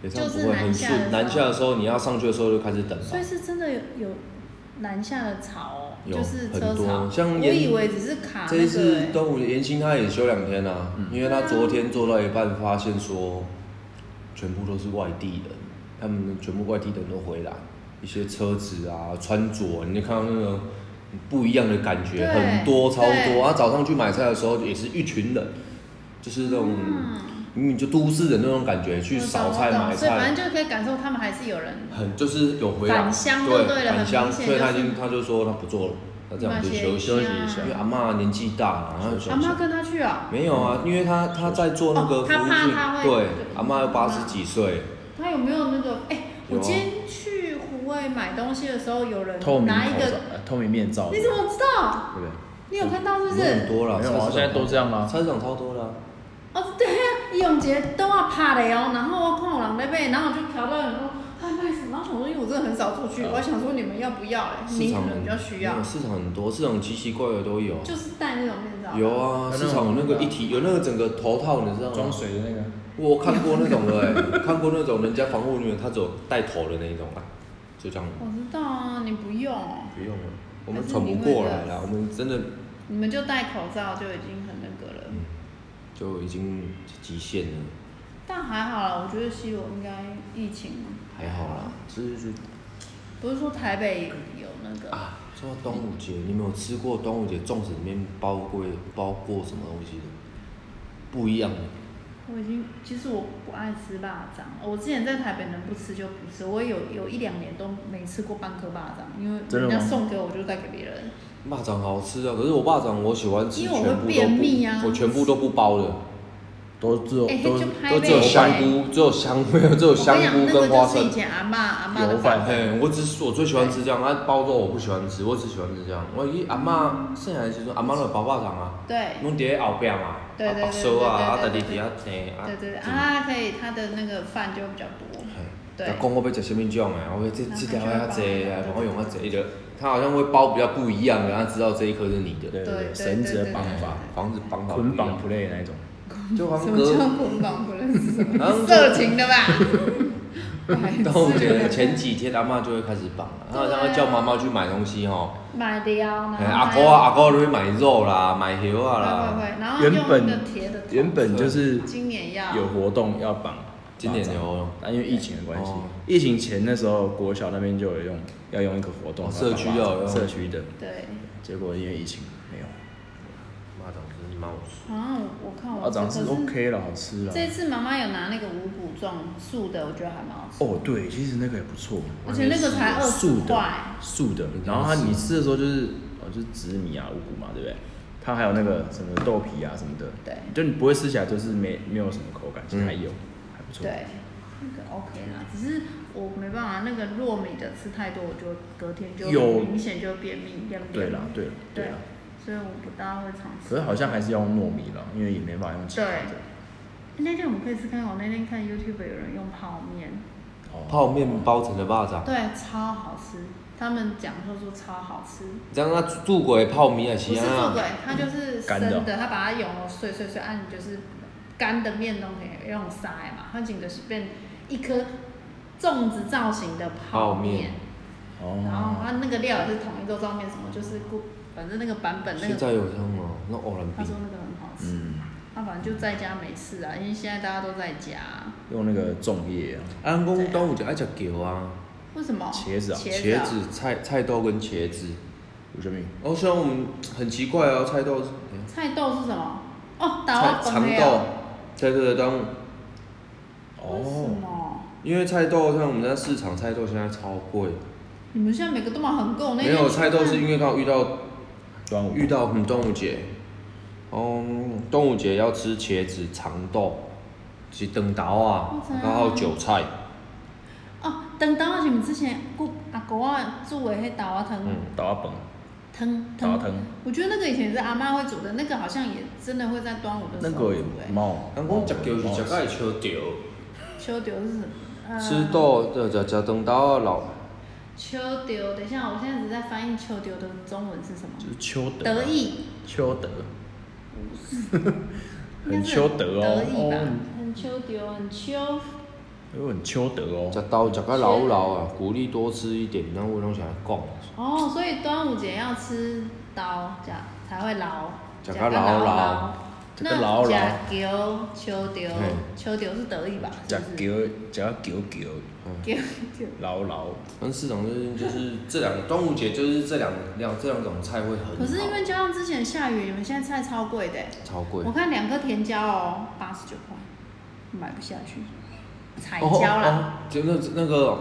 [SPEAKER 1] 北上不
[SPEAKER 3] 就是
[SPEAKER 1] 会
[SPEAKER 3] 南
[SPEAKER 1] 很
[SPEAKER 3] 下的时候
[SPEAKER 1] 顺，南下的时候你要上去的时候就开始等吧
[SPEAKER 3] 所以。是真的有有南下的潮哦，
[SPEAKER 1] 有
[SPEAKER 3] 就是车
[SPEAKER 1] 很多
[SPEAKER 3] 潮。
[SPEAKER 1] 像
[SPEAKER 3] 我
[SPEAKER 1] 沿
[SPEAKER 3] 以为只是卡
[SPEAKER 1] 这
[SPEAKER 3] 那
[SPEAKER 1] 一次
[SPEAKER 3] 个欸，
[SPEAKER 1] 端午节，严青他也休两天啊，因为他昨天做到一半，发现说全部都是外地人，他们全部外地人都回来，一些车子啊、穿着，你就看到那种不一样的感觉，
[SPEAKER 3] 对
[SPEAKER 1] 很多超
[SPEAKER 3] 对
[SPEAKER 1] 多。他早上去买菜的时候也是一群人，就是那种你就都市人那种感觉，去
[SPEAKER 3] 嗯我懂
[SPEAKER 1] 扫
[SPEAKER 3] 我
[SPEAKER 1] 菜
[SPEAKER 3] 懂
[SPEAKER 1] 买
[SPEAKER 3] 所以反
[SPEAKER 1] 菜，
[SPEAKER 3] 正就可以感受他们还是有人
[SPEAKER 1] 很就是有回来，
[SPEAKER 3] 返乡就
[SPEAKER 1] 对
[SPEAKER 3] 对了很
[SPEAKER 1] 返乡，
[SPEAKER 3] 明显
[SPEAKER 1] 所以他已
[SPEAKER 3] 就是
[SPEAKER 1] 经他就说他不做了，他这样就
[SPEAKER 3] 那些
[SPEAKER 1] 休息，
[SPEAKER 2] 休息一下
[SPEAKER 1] 因为阿嬷年纪大了，然后
[SPEAKER 2] 休息
[SPEAKER 3] 阿妈跟他去哦，
[SPEAKER 1] 没有啊，因为他他在做那个
[SPEAKER 3] 哦
[SPEAKER 1] 服
[SPEAKER 3] 他
[SPEAKER 1] 务
[SPEAKER 3] 怕
[SPEAKER 1] 性
[SPEAKER 3] 他会
[SPEAKER 1] 对
[SPEAKER 3] 对，
[SPEAKER 1] 阿妈八十几岁，
[SPEAKER 3] 他有没有那个？哎，我
[SPEAKER 1] 有啊
[SPEAKER 3] 今天去湖外买东西的时候，有人
[SPEAKER 2] 透明
[SPEAKER 3] 拿一
[SPEAKER 2] 口罩
[SPEAKER 3] 个，，
[SPEAKER 2] 呃透明面罩，
[SPEAKER 3] 你
[SPEAKER 2] 对
[SPEAKER 3] 怎么知道？
[SPEAKER 2] 不对？
[SPEAKER 3] 你有看到是不
[SPEAKER 1] 没有很
[SPEAKER 3] 是？
[SPEAKER 1] 多了，
[SPEAKER 2] 没有啊
[SPEAKER 1] 菜市场
[SPEAKER 2] 现在都这样啊
[SPEAKER 1] 菜市场超多的啊，
[SPEAKER 3] 哦，对啊，永杰都要拍的哦，然后我看有人在背，然后我就调到人说。哎，卖什么？然后想说，因为我真的很少出去，
[SPEAKER 2] 啊
[SPEAKER 3] 我想说你们要不要、哎，
[SPEAKER 1] 市
[SPEAKER 3] 你
[SPEAKER 1] 场
[SPEAKER 3] 可能比较需要
[SPEAKER 1] 没有，市场很多，市场奇奇怪怪都有，
[SPEAKER 3] 就是戴那种面罩。
[SPEAKER 1] 有啊，
[SPEAKER 2] 有那
[SPEAKER 1] 市场
[SPEAKER 2] 种
[SPEAKER 1] 有那个一体有那个整个头套，你知道
[SPEAKER 2] 装
[SPEAKER 1] 吗？
[SPEAKER 2] 水的那个，
[SPEAKER 1] 我看过那种的 欸，看过那种人家防护人员他只有带头的那一种啊，就这样，
[SPEAKER 3] 我知道啊，你不用，
[SPEAKER 1] 不用了，我们喘不过来了，我们真的
[SPEAKER 3] 你们就戴口罩就已经很那个了。
[SPEAKER 1] 嗯就已经极限了，
[SPEAKER 3] 但还好啦，我觉得西罗应该疫情
[SPEAKER 1] 还好啦，就是。
[SPEAKER 3] 不是说台北有那个，
[SPEAKER 1] 啊，说到端午节，你们有吃过端午节粽子里面包过包过什么东西的？不一样的，
[SPEAKER 3] 我已经其实我不爱吃霸掌，我之前在台北能不吃就不吃，我有有一两年都没吃过半颗霸掌，因为
[SPEAKER 2] 真的
[SPEAKER 3] 人家
[SPEAKER 2] 吗
[SPEAKER 3] 送给我就带给别人。
[SPEAKER 1] 蚂蚱好吃啊，可是我蚂蚱我喜欢吃
[SPEAKER 3] 因
[SPEAKER 1] 全
[SPEAKER 3] 为
[SPEAKER 1] 部
[SPEAKER 3] 我
[SPEAKER 1] 都
[SPEAKER 3] 会便秘
[SPEAKER 1] 不，
[SPEAKER 3] 啊
[SPEAKER 1] 我全部都不包的，
[SPEAKER 2] 都只有
[SPEAKER 3] 哎、
[SPEAKER 2] 都
[SPEAKER 3] 就拍
[SPEAKER 1] 都
[SPEAKER 3] 背
[SPEAKER 1] 只有香菇， 只有香没有只有
[SPEAKER 3] 哎我
[SPEAKER 1] 香
[SPEAKER 3] 跟你讲，
[SPEAKER 1] 菇
[SPEAKER 3] 那个
[SPEAKER 1] 跟花
[SPEAKER 3] 就是以
[SPEAKER 1] 生。
[SPEAKER 3] 前阿妈阿妈的
[SPEAKER 2] 油饭
[SPEAKER 3] 饭，
[SPEAKER 1] 嘿，我只是我最喜欢吃这样，啊包肉我不喜欢吃，我只喜欢吃这样。我一阿嬷剩下的时阵，阿嬷就包肉粽啊，
[SPEAKER 3] 对
[SPEAKER 1] 拢伫咧后壁嘛，
[SPEAKER 3] 对
[SPEAKER 1] 啊
[SPEAKER 3] 对
[SPEAKER 1] 白
[SPEAKER 3] 对
[SPEAKER 1] 烧啊，啊
[SPEAKER 3] 对
[SPEAKER 1] 家
[SPEAKER 3] 对
[SPEAKER 1] 己伫
[SPEAKER 3] 对
[SPEAKER 1] 遐蒸啊。
[SPEAKER 3] 对对对，
[SPEAKER 1] 蒸
[SPEAKER 3] 啊，可以，他的那个饭就比较多。对嗯
[SPEAKER 1] 他讲我要食什么种的，我要这这条要
[SPEAKER 3] 然后他就会
[SPEAKER 1] 济啊，
[SPEAKER 3] 帮
[SPEAKER 1] 我用啊济的，他好像会包比较不一样的，他知道这一颗是你的。
[SPEAKER 2] 对
[SPEAKER 3] 对
[SPEAKER 2] 对
[SPEAKER 3] 对
[SPEAKER 2] 绳子的绑法，
[SPEAKER 1] 房子绑好不一
[SPEAKER 2] 捆
[SPEAKER 1] 样
[SPEAKER 2] 绑 play 那一种，
[SPEAKER 1] 就好
[SPEAKER 3] 什
[SPEAKER 1] 像
[SPEAKER 3] 么叫
[SPEAKER 1] 隔
[SPEAKER 3] 捆绑不认识？
[SPEAKER 1] 好 像
[SPEAKER 3] 色情的吧？白痴
[SPEAKER 1] 端午节前几天阿妈就会开始绑了，她好像
[SPEAKER 3] 对啊
[SPEAKER 1] 会叫妈妈去买东西吼，
[SPEAKER 3] 买的呀，
[SPEAKER 1] 哎
[SPEAKER 3] 然后
[SPEAKER 1] 阿
[SPEAKER 3] 还
[SPEAKER 1] 哥
[SPEAKER 3] 有
[SPEAKER 1] 啊阿哥就会买肉啦，买虾啊
[SPEAKER 3] 会会
[SPEAKER 1] 啦，
[SPEAKER 3] 会，然后
[SPEAKER 2] 原
[SPEAKER 3] 用那
[SPEAKER 2] 本
[SPEAKER 3] 个铁的桶，
[SPEAKER 2] 原本就是
[SPEAKER 3] 今年要
[SPEAKER 2] 有活动要绑，
[SPEAKER 1] 今年有哦
[SPEAKER 2] 但因为疫情的关系
[SPEAKER 1] 哦，
[SPEAKER 2] 疫情前那时候国小那边就有用要用一个活动，
[SPEAKER 1] 哦社区要有用
[SPEAKER 2] 社区的，
[SPEAKER 3] 对
[SPEAKER 2] 结果因为疫情没有，
[SPEAKER 1] 蚂蚱真是蛮好吃。
[SPEAKER 3] 啊，我我看
[SPEAKER 2] 啊
[SPEAKER 3] 我
[SPEAKER 2] 长是
[SPEAKER 3] 可
[SPEAKER 2] OK 了，好吃了。
[SPEAKER 3] 这次妈妈有拿那个五谷种素的，我觉得还蛮好吃。
[SPEAKER 2] 哦，对，其实那个也不错，
[SPEAKER 3] 而且那个才嗯二十
[SPEAKER 2] 素的
[SPEAKER 3] 块，
[SPEAKER 2] 素的。然后它你吃的时候就是，哦，就是紫米啊、五谷嘛，对不对？它还有那个什么豆皮啊什么的，
[SPEAKER 3] 对
[SPEAKER 2] 就你不会吃起来就是没没有什么口感，其实还
[SPEAKER 1] 嗯
[SPEAKER 2] 有、还不错。
[SPEAKER 3] 对，那个 OK 啦，只是我没办法，那个糯米的吃太多，我就隔天就
[SPEAKER 2] 有
[SPEAKER 3] 明显就便秘，便秘
[SPEAKER 2] 对啦，对啦，对
[SPEAKER 3] 对
[SPEAKER 2] 啦。，
[SPEAKER 3] 所以我不大会尝
[SPEAKER 2] 可
[SPEAKER 3] 试哎
[SPEAKER 2] 是。好像还是要用糯米了，因为也没办法用其他
[SPEAKER 3] 对
[SPEAKER 2] 的。
[SPEAKER 3] 那天我们可以吃看看，我那天看 YouTube 有人用泡面，
[SPEAKER 2] 哦，
[SPEAKER 1] 泡面包成的蚂蚱，
[SPEAKER 3] 对，超好吃，他们讲说说超好吃，
[SPEAKER 1] 这样那做鬼泡面也
[SPEAKER 3] 不
[SPEAKER 1] 行
[SPEAKER 3] 是做
[SPEAKER 1] 啊
[SPEAKER 3] 鬼，，它就是生
[SPEAKER 2] 干的哦
[SPEAKER 3] 的，它把它用了碎碎碎，按就是干的面弄给用塞嘛，它整个是变一颗粽子造型的泡
[SPEAKER 1] 泡面
[SPEAKER 3] 面，然后
[SPEAKER 2] 哦，
[SPEAKER 3] 它那个料也是统一肉燥面，什么就是固，反正那个版本那
[SPEAKER 1] 现
[SPEAKER 3] 个
[SPEAKER 1] 在有这样吗？那偶然
[SPEAKER 3] 他
[SPEAKER 1] 饼
[SPEAKER 3] 说，那个很好吃，
[SPEAKER 2] 嗯，
[SPEAKER 3] 那、反正就在家没事啊，因为现在大家都在家、
[SPEAKER 2] 用那个粽叶啊，
[SPEAKER 1] 安公端午节爱吃球啊，
[SPEAKER 3] 为什么？
[SPEAKER 2] 茄子啊
[SPEAKER 3] 茄子,、
[SPEAKER 1] 茄子、菜菜豆跟茄子。
[SPEAKER 2] 有什么？
[SPEAKER 1] 哦，虽然我们很奇怪啊，菜豆是
[SPEAKER 3] 菜豆是什么？哦，打
[SPEAKER 1] 菜
[SPEAKER 3] 到
[SPEAKER 1] 长
[SPEAKER 3] 黑
[SPEAKER 1] 豆
[SPEAKER 3] 啊。，
[SPEAKER 1] 对对对，端午，
[SPEAKER 3] 为什
[SPEAKER 2] 哦，
[SPEAKER 3] 么？
[SPEAKER 1] 因为菜豆像我们在市场菜豆现在超贵，
[SPEAKER 3] 你们现在每个都买很够，那
[SPEAKER 1] 没有菜豆是因为刚好遇到
[SPEAKER 2] 端午
[SPEAKER 1] 遇到我们嗯端午节，哦，端午节要吃茄子、长豆，是等豆啊
[SPEAKER 3] 我知，道
[SPEAKER 1] 然后韭菜，
[SPEAKER 3] 哦，等到你们之前顾阿公啊煮的迄豆啊汤
[SPEAKER 1] 嗯
[SPEAKER 2] 豆啊本，
[SPEAKER 3] 汤
[SPEAKER 2] 豆啊
[SPEAKER 3] 汤，
[SPEAKER 2] 汤，
[SPEAKER 3] 我觉得那个以前是阿妈会煮的，那个好像也真的会在端午的
[SPEAKER 2] 那
[SPEAKER 3] 时
[SPEAKER 2] 个
[SPEAKER 3] 候
[SPEAKER 2] 也
[SPEAKER 3] 煮哎。
[SPEAKER 2] 猫，
[SPEAKER 1] 人讲吃球是吃到会笑
[SPEAKER 3] 啊
[SPEAKER 1] 到，
[SPEAKER 3] 秋丢是什么？呃
[SPEAKER 1] 吃。豆就吃吃等豆啊老，
[SPEAKER 3] 秋丢，等一下，我现在只在翻译秋丢的中文是什么？
[SPEAKER 2] 就是秋德，
[SPEAKER 3] 得，意，
[SPEAKER 2] 秋 德，
[SPEAKER 3] 应该
[SPEAKER 2] 很
[SPEAKER 3] 是
[SPEAKER 2] 秋德哦，
[SPEAKER 3] 得意吧
[SPEAKER 2] 哦，
[SPEAKER 3] 很秋丢，很秋。
[SPEAKER 2] 因为很秋德
[SPEAKER 1] 吃
[SPEAKER 2] 哦，
[SPEAKER 1] 豆吃到老老啊，鼓励多吃一点，然后我拢想讲，
[SPEAKER 3] 哦，所以端午节要吃刀，这样才会老，
[SPEAKER 1] 吃
[SPEAKER 3] 才
[SPEAKER 1] 到老老
[SPEAKER 2] 吃到
[SPEAKER 3] 那
[SPEAKER 2] 老老
[SPEAKER 3] 假丢、秋丢
[SPEAKER 1] 嘿、
[SPEAKER 3] 秋丢是得意吧？
[SPEAKER 2] 吃
[SPEAKER 3] 是不是
[SPEAKER 2] 球，吃球球，
[SPEAKER 3] 丢丢
[SPEAKER 2] 牢牢，
[SPEAKER 1] 但市场就是就是这两端午节就是这两两这两种菜会 很好，
[SPEAKER 3] 可是因为加上之前下雨，你们现在菜超贵的欸，
[SPEAKER 1] 超贵
[SPEAKER 3] 我，看两颗甜椒哦，八十九块，买不下去。彩椒啦，
[SPEAKER 1] 哦哦，哦就那那个。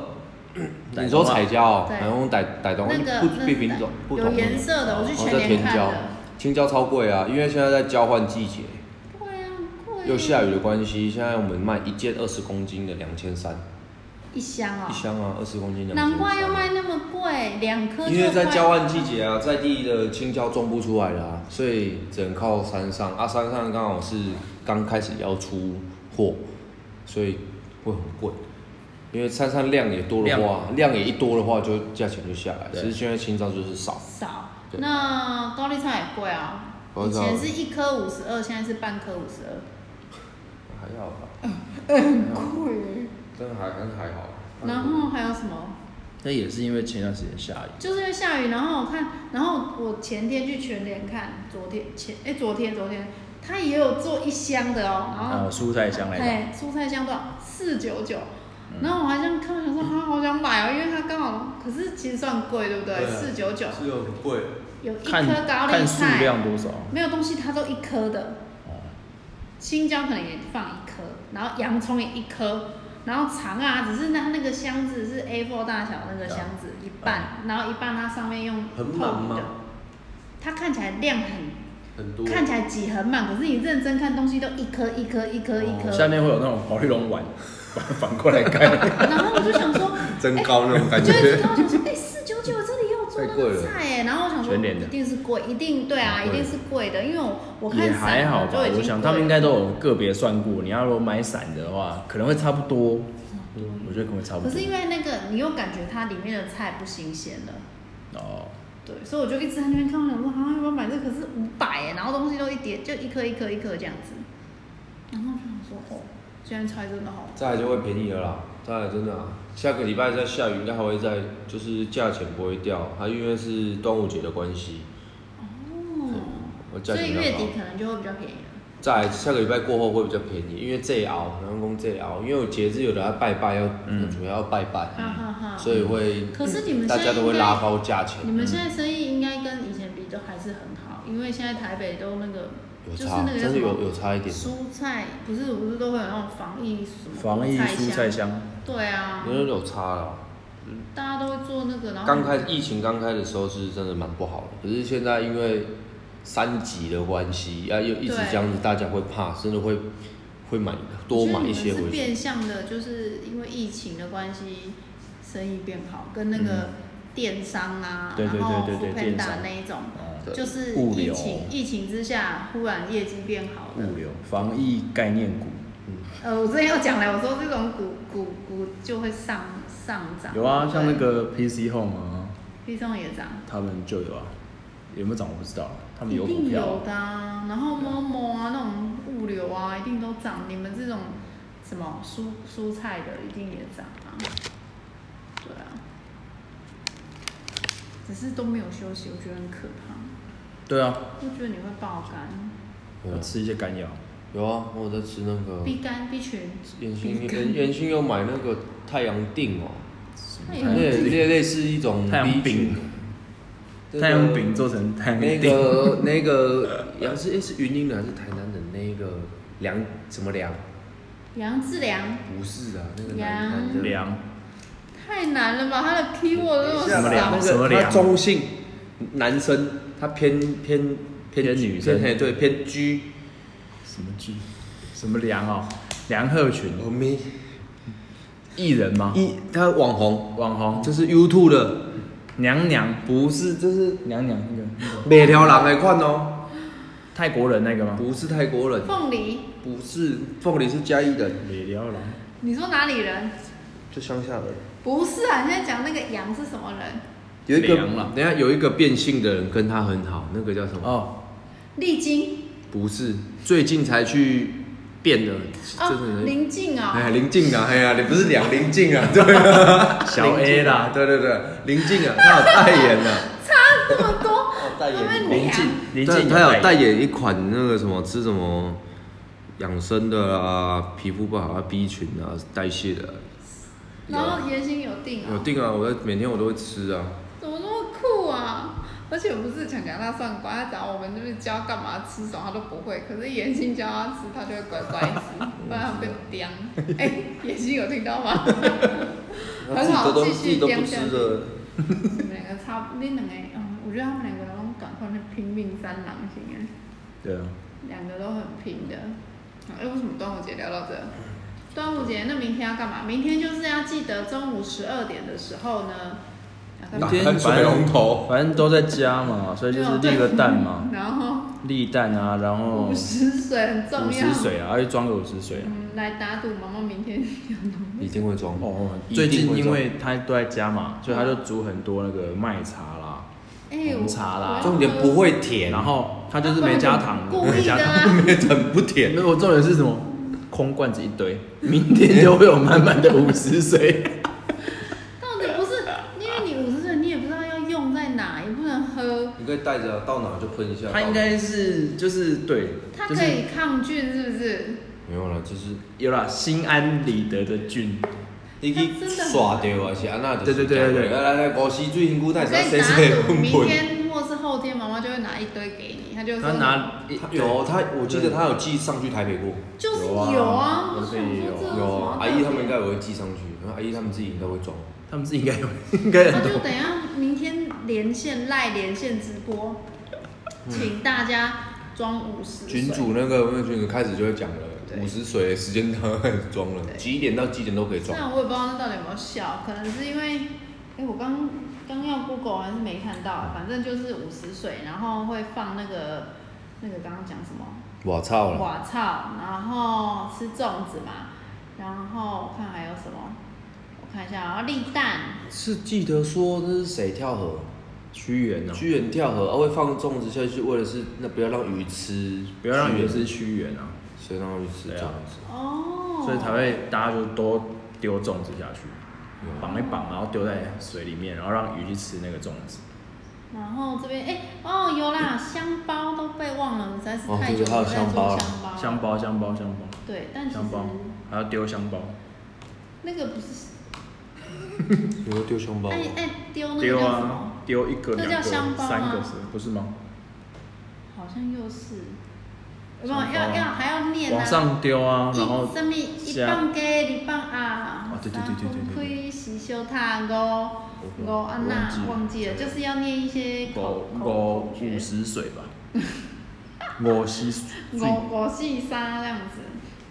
[SPEAKER 2] 傣
[SPEAKER 1] 你说
[SPEAKER 2] 东啊
[SPEAKER 1] 彩椒哦，
[SPEAKER 3] 对
[SPEAKER 1] 然后傣傣东啊，
[SPEAKER 3] 那
[SPEAKER 1] 不
[SPEAKER 3] 个
[SPEAKER 1] 不品种不
[SPEAKER 3] 那
[SPEAKER 1] 同
[SPEAKER 3] 有
[SPEAKER 1] 的。
[SPEAKER 3] 颜色的，我去
[SPEAKER 1] 哦
[SPEAKER 3] 全
[SPEAKER 1] 叫
[SPEAKER 3] 年
[SPEAKER 1] 甜
[SPEAKER 3] 看
[SPEAKER 1] 椒
[SPEAKER 3] 的。，
[SPEAKER 1] 青椒超贵啊，因为现在在交换季节，
[SPEAKER 3] 贵啊贵。
[SPEAKER 1] 又下雨的关系，现在我们卖一件二十公斤的两千三，
[SPEAKER 3] 一箱哦
[SPEAKER 1] 一，箱啊，二十公斤两千
[SPEAKER 3] 难怪要卖那么贵，两颗就
[SPEAKER 1] 因为在
[SPEAKER 3] 快
[SPEAKER 1] 交换季节啊，在地的青椒种不出来啦、所以只能靠山上啊。山上刚好是刚开始要出货，所以会很贵。因为山上量也多的话，量也一多的话，就价钱就下来。
[SPEAKER 2] 对
[SPEAKER 1] 其实现在青椒就是少，
[SPEAKER 3] 少。
[SPEAKER 1] 对
[SPEAKER 3] 那高丽菜也贵啊，
[SPEAKER 1] 高
[SPEAKER 3] 以
[SPEAKER 1] 丽菜
[SPEAKER 3] 前是一颗五十二，现在是半颗五十二，
[SPEAKER 1] 还好吧，
[SPEAKER 3] 贵。
[SPEAKER 1] 真的还还还好。啊
[SPEAKER 3] 然后还有什么？
[SPEAKER 2] 那也是因为前段时间下雨，
[SPEAKER 3] 就是因为下雨，然后我看，然后我前天去全联看，昨天前哎、昨天昨天他也有做一箱的哦，然
[SPEAKER 2] 还
[SPEAKER 3] 后
[SPEAKER 2] 有蔬菜香来啊的，嗯
[SPEAKER 3] 哎、蔬菜箱多少？四九九。然后我还这样看，我想说啊，好想买哦，因为它刚好，可是其实算贵，对不对？
[SPEAKER 1] 对啊
[SPEAKER 3] 四九九
[SPEAKER 1] 是有贵，
[SPEAKER 3] 有一
[SPEAKER 2] 看
[SPEAKER 3] 颗高丽
[SPEAKER 2] 看数
[SPEAKER 3] 菜，
[SPEAKER 2] 量多少，哦
[SPEAKER 3] 没有东西，它都一颗的。青椒可能也放一颗，然后洋葱也一颗，然后肠啊，只是它那个箱子是 A4 大小那
[SPEAKER 2] 啊
[SPEAKER 3] 个箱子一半，然后一半它上面用透
[SPEAKER 1] 很
[SPEAKER 3] 明
[SPEAKER 1] 满吗
[SPEAKER 3] 的，它看起来量很，
[SPEAKER 1] 很多。
[SPEAKER 3] 看起来挤很满，可是你认真看东西都一颗一颗一颗一颗，
[SPEAKER 2] 下面会有那种保利龙碗， 反反过来盖，
[SPEAKER 3] 然后我就 想说，
[SPEAKER 1] 增高那种感
[SPEAKER 3] 就一直跟
[SPEAKER 1] 觉。
[SPEAKER 3] 我想说，哎、四九九这里有做那
[SPEAKER 1] 太贵
[SPEAKER 3] 个
[SPEAKER 1] 了
[SPEAKER 3] 菜哎、然后我想说
[SPEAKER 2] 全联的
[SPEAKER 3] 一定是贵，一定对啊，
[SPEAKER 1] 贵
[SPEAKER 3] 一定是贵的，因为我我看
[SPEAKER 2] 也还
[SPEAKER 3] 散
[SPEAKER 2] 好
[SPEAKER 3] 的
[SPEAKER 2] 吧
[SPEAKER 3] 就已，经
[SPEAKER 2] 我想他们
[SPEAKER 3] 贵了
[SPEAKER 2] 应该都有个别算过，你要如果买散的话，可能会差不多，我觉得可能会差不
[SPEAKER 3] 嗯可
[SPEAKER 2] 多
[SPEAKER 3] 是因，为那个，你又感觉它里面的菜不新鲜了，
[SPEAKER 2] 哦，
[SPEAKER 3] 对，所以我就一直在那边看，我想说啊，要不要买这个？可是五百哎，然后东西都一叠，就一颗一颗一颗这样子，然后就想说哦，现在菜真的好，
[SPEAKER 1] 再来就会便宜了啦，再来真的啊，下个礼拜再下雨，应该还会再，就是价钱不会掉，它因为是端午节的关系，
[SPEAKER 3] 哦，
[SPEAKER 1] 我价
[SPEAKER 3] 所以
[SPEAKER 1] 钱
[SPEAKER 3] 月
[SPEAKER 1] 比较
[SPEAKER 3] 底
[SPEAKER 1] 高。
[SPEAKER 3] 可能就会比较便宜了。
[SPEAKER 1] 再来下个礼拜过后会比较便宜，因为这熬，然后工这熬，因为有节日有的要拜拜，要主要要拜
[SPEAKER 2] 嗯
[SPEAKER 1] 拜，
[SPEAKER 3] 哈哈哈。
[SPEAKER 1] 所以会
[SPEAKER 3] 嗯可是你们
[SPEAKER 1] 大
[SPEAKER 3] 现在
[SPEAKER 1] 家都
[SPEAKER 3] 应
[SPEAKER 1] 会拉
[SPEAKER 3] 该，
[SPEAKER 1] 高价钱
[SPEAKER 3] 你。们现在生意应该跟以前比都还是很好，因为现在台北都那个
[SPEAKER 1] 有
[SPEAKER 3] 就是
[SPEAKER 1] 差，
[SPEAKER 3] 那个叫什
[SPEAKER 1] 真的有
[SPEAKER 3] 么
[SPEAKER 1] 有差一点。
[SPEAKER 3] 蔬菜，不是不是都会有那种防疫什么
[SPEAKER 2] 防疫蔬菜
[SPEAKER 3] 菜
[SPEAKER 2] 香，
[SPEAKER 3] 对啊，
[SPEAKER 1] 因为有差了，
[SPEAKER 3] 大家都会做那个，然后
[SPEAKER 1] 刚开疫情刚开的时候是真的蛮不好的，可是现在因为三级的关系，啊，又一直
[SPEAKER 3] 对
[SPEAKER 1] 这样子，大家会怕，甚至会会买多
[SPEAKER 3] 我觉
[SPEAKER 1] 买
[SPEAKER 3] 得
[SPEAKER 1] 一
[SPEAKER 3] 你
[SPEAKER 1] 些
[SPEAKER 3] 们是
[SPEAKER 1] 回去。
[SPEAKER 3] 变相的，就是因为疫情的关系，生意变好，跟那个电商啊，
[SPEAKER 2] 嗯对对
[SPEAKER 3] 然后
[SPEAKER 2] 对对对
[SPEAKER 3] Foodpanda
[SPEAKER 2] 电商
[SPEAKER 3] 那一种，
[SPEAKER 1] 对
[SPEAKER 3] 就是
[SPEAKER 2] 物
[SPEAKER 3] 疫
[SPEAKER 2] 流
[SPEAKER 3] 情疫情之下忽然业绩变好了。
[SPEAKER 2] 物流、防疫概念股，
[SPEAKER 3] 呃，我之前要讲了，我说这种股股股就会上上涨。
[SPEAKER 2] 有啊，像那个 PC Home 啊，
[SPEAKER 3] B 中也涨，
[SPEAKER 2] 他们就有啊，有没有涨我不知道，他们有
[SPEAKER 3] 一
[SPEAKER 2] 股
[SPEAKER 3] 定
[SPEAKER 2] 票啊
[SPEAKER 3] 有的、啊。然后 Momo 啊，那种物流啊，一定都涨。你们这种什么蔬蔬菜的，一定也涨啊。对啊，只是都没有休息，我觉得很可怕。
[SPEAKER 2] 对啊，
[SPEAKER 3] 我觉得你会爆肝，
[SPEAKER 1] 对
[SPEAKER 2] 要
[SPEAKER 1] 啊
[SPEAKER 2] 吃一些甘药，
[SPEAKER 1] 有啊，我有在吃那个
[SPEAKER 3] B 肝 B 群，
[SPEAKER 1] 眼心，眼眼心有买那个太阳锭哦，
[SPEAKER 3] 那
[SPEAKER 2] 太阳
[SPEAKER 1] 类
[SPEAKER 3] 也
[SPEAKER 1] 类类似一种
[SPEAKER 2] 太阳
[SPEAKER 1] B
[SPEAKER 2] 饼
[SPEAKER 1] 群，这个
[SPEAKER 2] 太阳饼做成太阳
[SPEAKER 1] 那
[SPEAKER 2] 饼，
[SPEAKER 1] 个那个，也是诶是云林的还是台南的那个梁什么梁？
[SPEAKER 3] 杨志良
[SPEAKER 1] 不是啊，那个
[SPEAKER 3] 梁
[SPEAKER 1] 南南的
[SPEAKER 2] 凉
[SPEAKER 3] 太难了吧？他的 keyword
[SPEAKER 1] 什
[SPEAKER 3] 那
[SPEAKER 1] 么
[SPEAKER 3] 么
[SPEAKER 1] 梁？
[SPEAKER 3] 少
[SPEAKER 1] 那，
[SPEAKER 2] 什么
[SPEAKER 1] 个
[SPEAKER 2] 梁
[SPEAKER 1] 他中性男生，他偏偏偏
[SPEAKER 2] 偏女生
[SPEAKER 1] 偏对偏 G。
[SPEAKER 2] 什么剧，什么凉哦，梁鹤群，
[SPEAKER 1] 我们
[SPEAKER 2] 艺人吗？
[SPEAKER 1] 一他网红，
[SPEAKER 2] 网红，
[SPEAKER 1] 这是 YouTube 的，
[SPEAKER 2] 娘娘
[SPEAKER 1] 不是这是
[SPEAKER 2] 娘娘那个那个
[SPEAKER 1] 每条狼来看哦，
[SPEAKER 2] 泰国人那个吗？
[SPEAKER 1] 不是泰国人，
[SPEAKER 3] 凤梨，
[SPEAKER 1] 不是凤梨是嘉义人，
[SPEAKER 2] 美撩郎，
[SPEAKER 3] 你说哪里人？
[SPEAKER 1] 就乡下人。
[SPEAKER 3] 不是啊，你现在讲那个羊是什么人？
[SPEAKER 1] 有一个，
[SPEAKER 2] 梁啦
[SPEAKER 1] 等一下有一个变性的人跟他很好，那个叫什么？
[SPEAKER 2] 哦，
[SPEAKER 3] 丽晶
[SPEAKER 1] 不是，最近才去变的，
[SPEAKER 3] 啊
[SPEAKER 1] 真的，人。
[SPEAKER 3] 林静啊、
[SPEAKER 1] 哎，林静啊，哎呀，你不是两林静啊，对啊，
[SPEAKER 2] 小 A 啦
[SPEAKER 1] 林静啊对对对，林静啊，他有代言啊，
[SPEAKER 3] 差这么多，
[SPEAKER 1] 代言
[SPEAKER 3] 他们
[SPEAKER 2] 林
[SPEAKER 3] 俩
[SPEAKER 2] 静，林
[SPEAKER 1] 对
[SPEAKER 2] 静
[SPEAKER 1] 他有代
[SPEAKER 2] 带，
[SPEAKER 1] 言一款那个什么吃什么养生的啦，皮肤不好啊，B 群啊，代谢的啊，
[SPEAKER 3] 然后言行有定啊、
[SPEAKER 1] 有定啊，我在每天我都会吃啊，
[SPEAKER 3] 怎么那么酷啊？而且不是强强他算乖，他找我们就是教干嘛吃什么他都不会，可是言行教他吃，他就会乖乖吃， 不然他被刁。 哎、言行有听到吗？
[SPEAKER 1] 他自
[SPEAKER 3] 很
[SPEAKER 1] 己都
[SPEAKER 3] 好
[SPEAKER 1] 都
[SPEAKER 3] 继续
[SPEAKER 1] 自己都
[SPEAKER 3] 颠
[SPEAKER 1] 不
[SPEAKER 3] 下去
[SPEAKER 1] 吃的，
[SPEAKER 3] 你们两个差不，你两个，嗯，我觉得他们两个那种赶快去拼命三郎型哎，
[SPEAKER 2] 对啊，
[SPEAKER 3] 两个都很拼的。哎、为什么端午节聊到这？
[SPEAKER 2] 嗯
[SPEAKER 3] 端午节那明天要干嘛？明天就是要记得中午十二点的时候呢，大概
[SPEAKER 1] 今天水龙 头，
[SPEAKER 2] 反正都在家嘛，所以就是
[SPEAKER 3] 啊
[SPEAKER 2] 立个蛋嘛，
[SPEAKER 3] 然后
[SPEAKER 2] 立蛋啊，然后
[SPEAKER 3] 五十水很重要。
[SPEAKER 2] 五十水啊，要去装个五十水啊。
[SPEAKER 3] 嗯，来打赌，妈妈明 天要弄。
[SPEAKER 1] 一定会装
[SPEAKER 2] 哦，
[SPEAKER 1] 一定
[SPEAKER 2] 最
[SPEAKER 1] 会
[SPEAKER 2] 近
[SPEAKER 1] 装
[SPEAKER 2] 因为他都在家嘛，所以他就煮很多那个麦茶啦，
[SPEAKER 3] 哎、我
[SPEAKER 2] 红茶啦
[SPEAKER 1] 重点不会甜，
[SPEAKER 2] 然后他就是没加糖，
[SPEAKER 3] 故
[SPEAKER 2] 没
[SPEAKER 3] 意
[SPEAKER 2] 加
[SPEAKER 3] 的
[SPEAKER 2] 糖。
[SPEAKER 3] 啊。
[SPEAKER 1] 很不甜
[SPEAKER 2] 没。有，重点是什么？空罐子一堆，明天就会有满满的五十水。
[SPEAKER 3] 到底不是，因为你五十岁，你也不知道要用在哪，也不能喝。
[SPEAKER 1] 你可以带着、啊、到哪就喷一下。
[SPEAKER 2] 他应该是就是对，
[SPEAKER 3] 它
[SPEAKER 2] 就
[SPEAKER 3] 可
[SPEAKER 2] 是
[SPEAKER 3] 以抗菌，是不是？
[SPEAKER 1] 没有啦，就是
[SPEAKER 2] 有啦，心安理得的菌。
[SPEAKER 1] 你去刷掉啊，是安那就
[SPEAKER 2] 对
[SPEAKER 1] 是
[SPEAKER 2] 对对对对
[SPEAKER 1] 来来来，五十水辛苦，
[SPEAKER 3] 我
[SPEAKER 1] 但是
[SPEAKER 3] 跟你
[SPEAKER 1] 谁
[SPEAKER 3] 打
[SPEAKER 1] 谁
[SPEAKER 3] 赌，
[SPEAKER 1] 喷
[SPEAKER 3] 明
[SPEAKER 1] 喷。
[SPEAKER 3] 天或是后天，妈妈就会拿一堆给你，她就说
[SPEAKER 2] 他拿
[SPEAKER 1] 他有他，我记得他有寄上去台北过，
[SPEAKER 3] 就是
[SPEAKER 2] 有啊
[SPEAKER 3] 有啊，
[SPEAKER 2] 有
[SPEAKER 3] 我
[SPEAKER 2] 可
[SPEAKER 3] 想
[SPEAKER 2] 以有
[SPEAKER 3] 说这什
[SPEAKER 1] 有
[SPEAKER 3] 么好
[SPEAKER 1] 啊阿姨他们应该也会寄上去，然后阿姨他们自己应该会装。
[SPEAKER 2] 他们是应该 有，应 该
[SPEAKER 3] 那
[SPEAKER 2] 很
[SPEAKER 3] 啊就
[SPEAKER 2] 多。
[SPEAKER 3] 等一下明天连线赖连线直播，请大家装五十
[SPEAKER 1] 群主那个那个群主开始就会讲了，五十水时间他装了，几点到几点都可以
[SPEAKER 3] 虽
[SPEAKER 2] 啊
[SPEAKER 1] 装。
[SPEAKER 3] 然我也不知道那到底有没有效，可能是因为，哎、我刚刚要 Google 还是没看到，反正就是五十水，然后会放那个那个刚刚讲什么
[SPEAKER 1] 我操了，
[SPEAKER 3] 瓦草，然后吃粽子嘛，然后我看还有什么，我看一下啊，立蛋，
[SPEAKER 1] 是记得说那是谁跳河？
[SPEAKER 2] 屈原哦，
[SPEAKER 1] 屈原跳河，啊会放粽子下去，为了是那不要让鱼吃，
[SPEAKER 2] 不要让鱼吃，屈原啊，
[SPEAKER 1] 所以让鱼吃
[SPEAKER 2] 对
[SPEAKER 1] 粽
[SPEAKER 2] 啊
[SPEAKER 1] 子。
[SPEAKER 3] 哦，
[SPEAKER 2] 所以才会大家就都丢粽子下去，
[SPEAKER 1] 有啊
[SPEAKER 2] 绑一绑，然后丢在水里面，然后让鱼去吃那个粽子。
[SPEAKER 3] 然后这边哎、哦有啦，香包都被忘了，实在是
[SPEAKER 1] 哦
[SPEAKER 3] 太
[SPEAKER 1] 对
[SPEAKER 3] 久
[SPEAKER 1] 还有
[SPEAKER 3] 没在
[SPEAKER 1] 香
[SPEAKER 3] 做
[SPEAKER 1] 包
[SPEAKER 3] 香
[SPEAKER 1] 啊
[SPEAKER 3] 包了，
[SPEAKER 2] 香包，香包，香包，
[SPEAKER 3] 对，但其实
[SPEAKER 2] 香包，还要丢香包，
[SPEAKER 3] 那个不是
[SPEAKER 1] 有没有丢香包？
[SPEAKER 2] 哎
[SPEAKER 3] 爱爱丢那个
[SPEAKER 2] 丢
[SPEAKER 3] 叫什么？
[SPEAKER 2] 啊，丢一个、
[SPEAKER 3] 那叫啊
[SPEAKER 2] 两个、
[SPEAKER 3] 香包吗
[SPEAKER 2] 三个是不是吗？
[SPEAKER 3] 好像又是，有没有要要还要念
[SPEAKER 2] 往
[SPEAKER 3] 啊？
[SPEAKER 2] 上丢啊，然后
[SPEAKER 3] 一什么一
[SPEAKER 2] 下
[SPEAKER 3] 棒鸡，二棒啊，
[SPEAKER 2] 对对对对对对对
[SPEAKER 3] 开四小塔五五啊那忘记了，就是要念一些口
[SPEAKER 2] 五五
[SPEAKER 3] 口口诀
[SPEAKER 2] 五十水 吧，五十水，
[SPEAKER 3] 五五四三这样子。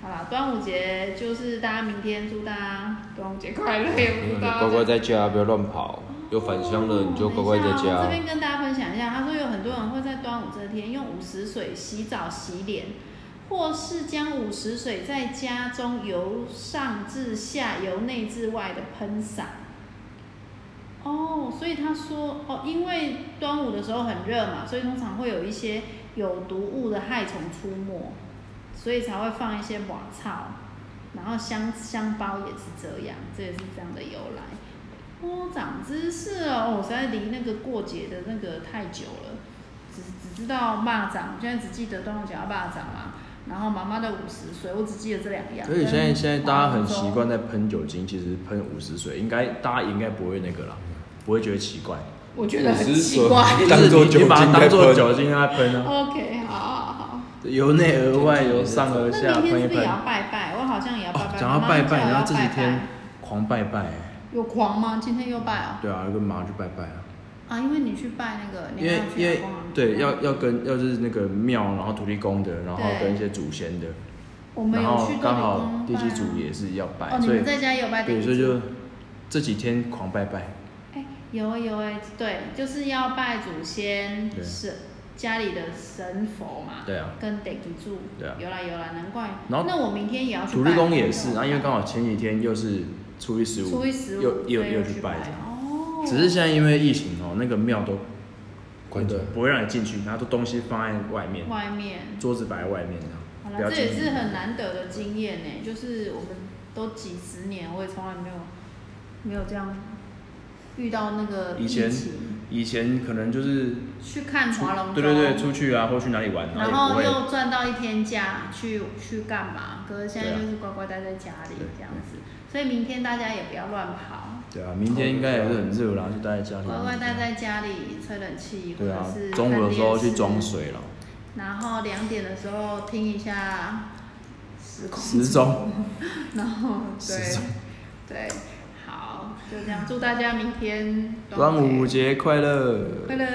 [SPEAKER 3] 好啦，端午节就是大家明天祝大家端午节快乐，也不知道
[SPEAKER 1] 嗯乖乖在家，不要乱跑。有返乡的你就乖乖在
[SPEAKER 3] 等一下哦我这
[SPEAKER 1] 家。
[SPEAKER 3] 边跟大家分享一下，他说有很多人会在端午这天用午时水洗澡、洗脸，或是将午时水在家中由上至下、由内至外的喷洒。哦，所以他说哦，因为端午的时候很热嘛，所以通常会有一些有毒物的害虫出没，所以才会放一些瓦草，然后香香包也是这样，这也是这样的由来。哦，长知识了哦！我实在离那个过节的那个太久了，只只知道蚂蚱，我现在只记得端午节要蚂蚱嘛，然后妈妈的五十岁，我只记得这两样。
[SPEAKER 2] 所以现在现在大家很习
[SPEAKER 3] 跟黄
[SPEAKER 2] 惯在喷酒精，其实喷五十水应该大家应该不会那个啦，不会觉得奇怪，
[SPEAKER 3] 粥，我觉得很
[SPEAKER 1] 50
[SPEAKER 3] 奇怪。
[SPEAKER 1] 岁
[SPEAKER 2] 就是
[SPEAKER 1] 当作
[SPEAKER 2] 你
[SPEAKER 1] 酒
[SPEAKER 2] 你把
[SPEAKER 1] 精
[SPEAKER 2] 它当
[SPEAKER 1] 在
[SPEAKER 2] 做
[SPEAKER 1] 喷
[SPEAKER 2] 酒精在喷啊，
[SPEAKER 3] OK，好好好。
[SPEAKER 2] 由内而外，由上而下
[SPEAKER 3] 那明
[SPEAKER 2] 喷
[SPEAKER 3] 天是
[SPEAKER 2] 一
[SPEAKER 3] 不是
[SPEAKER 2] 喷
[SPEAKER 3] 也。要拜拜？我好像也要拜
[SPEAKER 2] 哦，
[SPEAKER 3] 拜。
[SPEAKER 2] 讲
[SPEAKER 3] 妈
[SPEAKER 2] 到
[SPEAKER 3] 妈
[SPEAKER 2] 拜
[SPEAKER 3] 叫我
[SPEAKER 2] 拜，然
[SPEAKER 3] 要
[SPEAKER 2] 后这几
[SPEAKER 3] 拜
[SPEAKER 2] 天
[SPEAKER 3] 拜
[SPEAKER 2] 狂拜拜，
[SPEAKER 3] 有狂吗？今天又拜啊？
[SPEAKER 2] 对啊，要跟妈去拜拜啊，
[SPEAKER 3] 啊，因为你去拜那哦个，你
[SPEAKER 2] 因
[SPEAKER 3] 还
[SPEAKER 2] 为
[SPEAKER 3] 要去
[SPEAKER 2] 因为
[SPEAKER 3] 哪逛
[SPEAKER 2] 对要要跟要是那个庙，然后土地公的，然后
[SPEAKER 3] 对
[SPEAKER 2] 跟一些祖先的，
[SPEAKER 3] 我们
[SPEAKER 2] 然
[SPEAKER 3] 有
[SPEAKER 2] 后
[SPEAKER 3] 去
[SPEAKER 2] 刚好
[SPEAKER 3] 地
[SPEAKER 2] 地基主也是要
[SPEAKER 3] 哦
[SPEAKER 2] 拜，，
[SPEAKER 3] 你
[SPEAKER 2] 所以
[SPEAKER 3] 们在家也有拜地
[SPEAKER 2] 对，
[SPEAKER 3] 基
[SPEAKER 2] 所以
[SPEAKER 3] 主
[SPEAKER 2] 就这几天狂拜拜，
[SPEAKER 3] 哎，有欸有哎、对，就是要拜祖先
[SPEAKER 2] 对啊
[SPEAKER 3] 神家里的神佛嘛，
[SPEAKER 2] 对啊，
[SPEAKER 3] 跟得基柱，
[SPEAKER 2] 对啊
[SPEAKER 3] 有啦有啦，难怪。
[SPEAKER 2] 然后
[SPEAKER 3] 那我明天也要去
[SPEAKER 2] 土
[SPEAKER 3] 拜
[SPEAKER 2] 地
[SPEAKER 3] 啊。
[SPEAKER 2] 公也是，然后因为刚好前几天又是初一十五，
[SPEAKER 3] 初一十五，
[SPEAKER 2] 又又
[SPEAKER 3] 所以
[SPEAKER 2] 又
[SPEAKER 3] 去
[SPEAKER 2] 去拜，
[SPEAKER 3] 哦。
[SPEAKER 2] 只是现在因为疫情哦，那个庙都
[SPEAKER 1] 关着
[SPEAKER 2] 不会让你进去，然后都东西放在外面，
[SPEAKER 3] 外面，
[SPEAKER 2] 桌子摆在外面这样，
[SPEAKER 3] 好
[SPEAKER 2] 不
[SPEAKER 3] 了，
[SPEAKER 2] 要
[SPEAKER 3] 这
[SPEAKER 2] 进
[SPEAKER 3] 也
[SPEAKER 2] 去
[SPEAKER 3] 是很难得的经验呢、就是我们都几十年，我也从来没有没有这样遇到那个
[SPEAKER 2] 以
[SPEAKER 3] 疫
[SPEAKER 2] 前
[SPEAKER 3] 情，
[SPEAKER 2] 以前可能就是
[SPEAKER 3] 去看
[SPEAKER 2] 出
[SPEAKER 3] 划龙
[SPEAKER 2] 对对对，
[SPEAKER 3] 舟
[SPEAKER 2] 出去啊，或去哪里玩，
[SPEAKER 3] 然
[SPEAKER 2] 后
[SPEAKER 3] 后
[SPEAKER 2] 也不会
[SPEAKER 3] 又赚到一天假去去干嘛？可是现在就是乖乖待在家里
[SPEAKER 2] 啊对
[SPEAKER 3] 这样子，所以明天大家也不要乱跑，
[SPEAKER 2] 对啊，明天应该也是很热啦，就待在家里。
[SPEAKER 3] 乖乖待在家里吹冷气，
[SPEAKER 2] 啊对
[SPEAKER 3] 或者
[SPEAKER 2] 啊
[SPEAKER 3] 是，
[SPEAKER 2] 中午的时候去装
[SPEAKER 3] 装，
[SPEAKER 2] 水了，
[SPEAKER 3] 然后两点的时候听一下时空
[SPEAKER 2] 时钟，
[SPEAKER 3] 然后
[SPEAKER 2] 时
[SPEAKER 3] 对
[SPEAKER 2] 钟
[SPEAKER 3] 对，好，就这样，祝大家明天
[SPEAKER 2] 端午节快乐，
[SPEAKER 3] 快乐，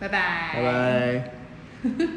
[SPEAKER 3] 拜拜，
[SPEAKER 2] 拜拜。